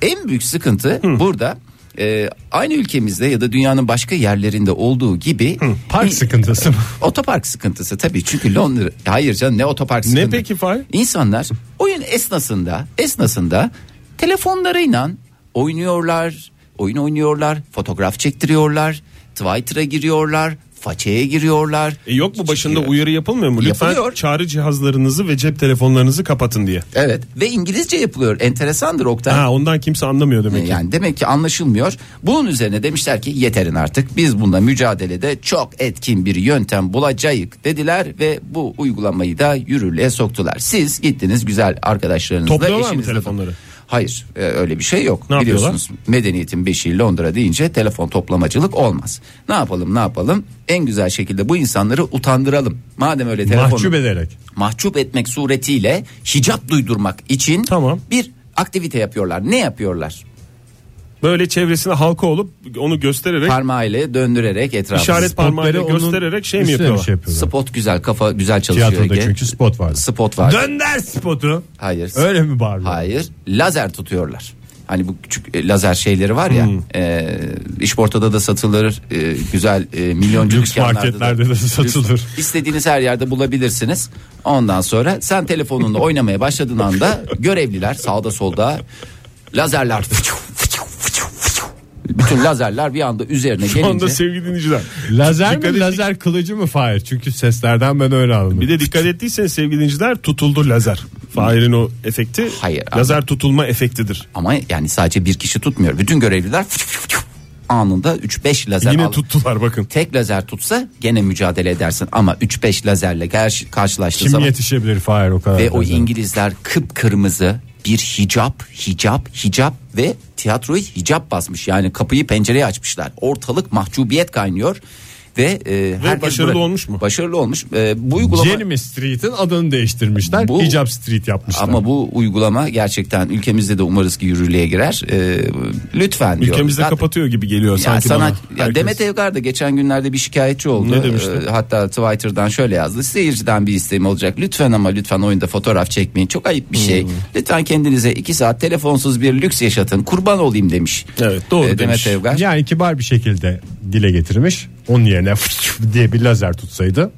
Speaker 4: en büyük sıkıntı burada e, aynı ülkemizde ya da dünyanın başka yerlerinde olduğu gibi
Speaker 2: Park
Speaker 4: bir-
Speaker 2: sıkıntısı mı?
Speaker 4: Otopark sıkıntısı tabii çünkü Londra hayır canım ne otopark sıkıntısı.
Speaker 3: peki Fahir?
Speaker 4: İnsanlar oyun esnasında esnasında telefonlarıyla oynuyorlar, oyun oynuyorlar, fotoğraf çektiriyorlar, Twitter'a giriyorlar, façeye giriyorlar.
Speaker 3: E yok mu başında
Speaker 4: Çıkıyor.
Speaker 3: uyarı yapılmıyor mu? Lütfen
Speaker 4: Yapılıyor.
Speaker 3: çağrı cihazlarınızı ve cep telefonlarınızı kapatın diye.
Speaker 4: Evet ve İngilizce yapılıyor. Enteresandır Oktay.
Speaker 3: Ha ondan kimse anlamıyor demek ki.
Speaker 4: Ee, Yani demek ki anlaşılmıyor. Bunun üzerine demişler ki yeterin artık biz bununla mücadelede çok etkin bir yöntem bulacağız dediler ve bu uygulamayı da yürürlüğe soktular. Siz gittiniz güzel arkadaşlarınızla.
Speaker 3: Topluyorlar mı
Speaker 4: eşinizle-
Speaker 3: telefonları?
Speaker 4: Hayır e, öyle bir şey yok.
Speaker 3: Ne yapıyorlar?
Speaker 4: Biliyorsunuz medeniyetin beşiği Londra deyince telefon toplamacılık olmaz. Ne yapalım ne yapalım en güzel şekilde bu insanları utandıralım. Madem öyle telefon
Speaker 2: Mahcup ederek.
Speaker 4: mahcup etmek suretiyle hicap duydurmak için
Speaker 3: Tamam.
Speaker 4: bir aktivite yapıyorlar. Ne yapıyorlar?
Speaker 3: Böyle çevresine halka olup onu göstererek
Speaker 4: Parmağıyla döndürerek etrafı.
Speaker 3: İşaret parmağıyla
Speaker 2: Spotları onun
Speaker 3: göstererek şey mi
Speaker 2: üstüne
Speaker 3: yapıyorlar?
Speaker 2: bir şey yapıyorlar?
Speaker 4: Spot güzel kafa güzel çalışıyor.
Speaker 2: Tiyatroda
Speaker 4: Ege.
Speaker 2: çünkü spot var.
Speaker 4: Spot var.
Speaker 2: Dönder spotu.
Speaker 4: Hayır.
Speaker 2: Öyle mi bağırıyor?
Speaker 4: Hayır. Lazer tutuyorlar. Hani bu küçük e, lazer şeyleri var
Speaker 2: Hmm.
Speaker 4: ya. E, işportada da satılır. e, güzel e, milyoncu
Speaker 2: Lüks
Speaker 4: dükkanlarda da-
Speaker 2: marketlerde de satılır.
Speaker 4: İstediğiniz her yerde bulabilirsiniz. Ondan sonra
Speaker 2: *laughs*
Speaker 4: sen telefonunla oynamaya başladığın anda görevliler sağda solda
Speaker 2: *laughs*
Speaker 4: lazerler fıçu, fıçu, fıçu, fıçu. bütün lazerler bir anda üzerine
Speaker 3: Şu anda
Speaker 4: gelince
Speaker 3: sevgili dinleyiciler.
Speaker 2: Lazer
Speaker 3: Dikkat
Speaker 2: mi
Speaker 3: et-
Speaker 2: lazer kılıcı mı Fahir? Çünkü seslerden ben öyle anladım.
Speaker 3: Bir de dikkat ettiyseniz sevgili dinleyiciler tutuldu lazer. Fahir'in o efekti
Speaker 4: Hayır,
Speaker 3: lazer tutulma efektidir.
Speaker 4: ama yani sadece bir kişi tutmuyor. Bütün görevliler fıçu, fıçu, fıçu. anında 3-5 lazer
Speaker 3: Yine
Speaker 4: al-
Speaker 3: tuttular bakın.
Speaker 4: Tek lazer tutsa gene mücadele edersin ama 3-5 lazerle karşı, karşılaştığı
Speaker 2: Kim
Speaker 4: zaman
Speaker 2: yetişebilir Fahir o kadar?
Speaker 4: Ve o
Speaker 2: lazer?
Speaker 4: İngilizler kıpkırmızı bir hicap, hicap, hicap ve tiyatroyu hicap basmış. Yani kapıyı pencereye açmışlar. Ortalık mahcubiyet kaynıyor ve, e, herkes
Speaker 3: başarılı olmuş mu?
Speaker 4: Başarılı olmuş. E, bu uygulama
Speaker 2: Jeremy Street'in adını değiştirmişler.
Speaker 4: Bu-
Speaker 2: Hicap Street yapmışlar.
Speaker 4: ama bu uygulama gerçekten ülkemizde de umarız ki yürürlüğe girer. E, lütfen diyorum.
Speaker 3: Ülkemizde
Speaker 4: Zaten-
Speaker 3: kapatıyor gibi geliyor
Speaker 4: Ya
Speaker 3: sanki
Speaker 4: sana
Speaker 3: bana.
Speaker 4: ya
Speaker 3: Herkes-
Speaker 4: Demet Evgar da geçen günlerde bir şikayetçi oldu.
Speaker 3: Ne demişti?
Speaker 4: Ee, hatta Twitter'dan şöyle yazdı. Seyirciden bir isteğim olacak. Lütfen ama lütfen oyunda fotoğraf çekmeyin. Çok ayıp bir
Speaker 3: Hmm.
Speaker 4: şey. Lütfen kendinize iki saat telefonsuz bir lüks yaşatın. Kurban olayım demiş. Ee,
Speaker 3: Evet, doğru
Speaker 4: Demet
Speaker 3: demiş.
Speaker 4: Evgar.
Speaker 2: Yani kibar bir şekilde dile getirmiş. Onun yerine diye bir lazer tutsaydı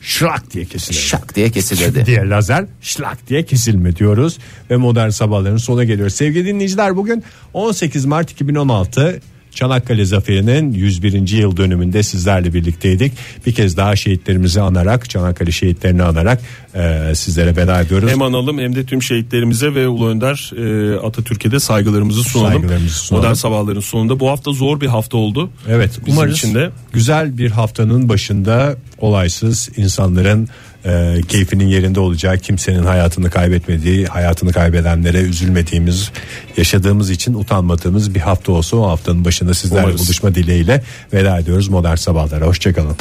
Speaker 2: şlak diye kesilirdi.
Speaker 4: Şak diye kesilirdi.
Speaker 2: diye lazer şlak diye kesilme diyoruz ve modern sabahların sona geliyor. Sevgili dinleyiciler bugün 18 Mart 2016 Çanakkale Zaferi'nin 101. yıl dönümünde sizlerle birlikteydik. Bir kez daha şehitlerimizi anarak, Çanakkale şehitlerini anarak e, sizlere veda ediyoruz.
Speaker 3: Hem analım hem de tüm şehitlerimize ve Ulu Önder e, Atatürk'e de saygılarımızı sunalım.
Speaker 2: Saygılarımızı sunalım.
Speaker 3: Modern sabahların sonunda bu hafta zor bir hafta oldu.
Speaker 2: Evet
Speaker 3: Bizim
Speaker 2: umarız
Speaker 3: için de
Speaker 2: güzel bir haftanın başında olaysız insanların e, keyfinin yerinde olacağı kimsenin hayatını kaybetmediği hayatını kaybedenlere üzülmediğimiz yaşadığımız için utanmadığımız bir hafta olsun o haftanın başında sizlerle
Speaker 3: Umarız.
Speaker 2: buluşma dileğiyle veda ediyoruz modern sabahlara hoşçakalın.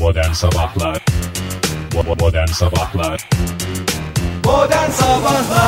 Speaker 7: Modern Sabahlar Bo- Modern Sabahlar
Speaker 8: Modern Sabahlar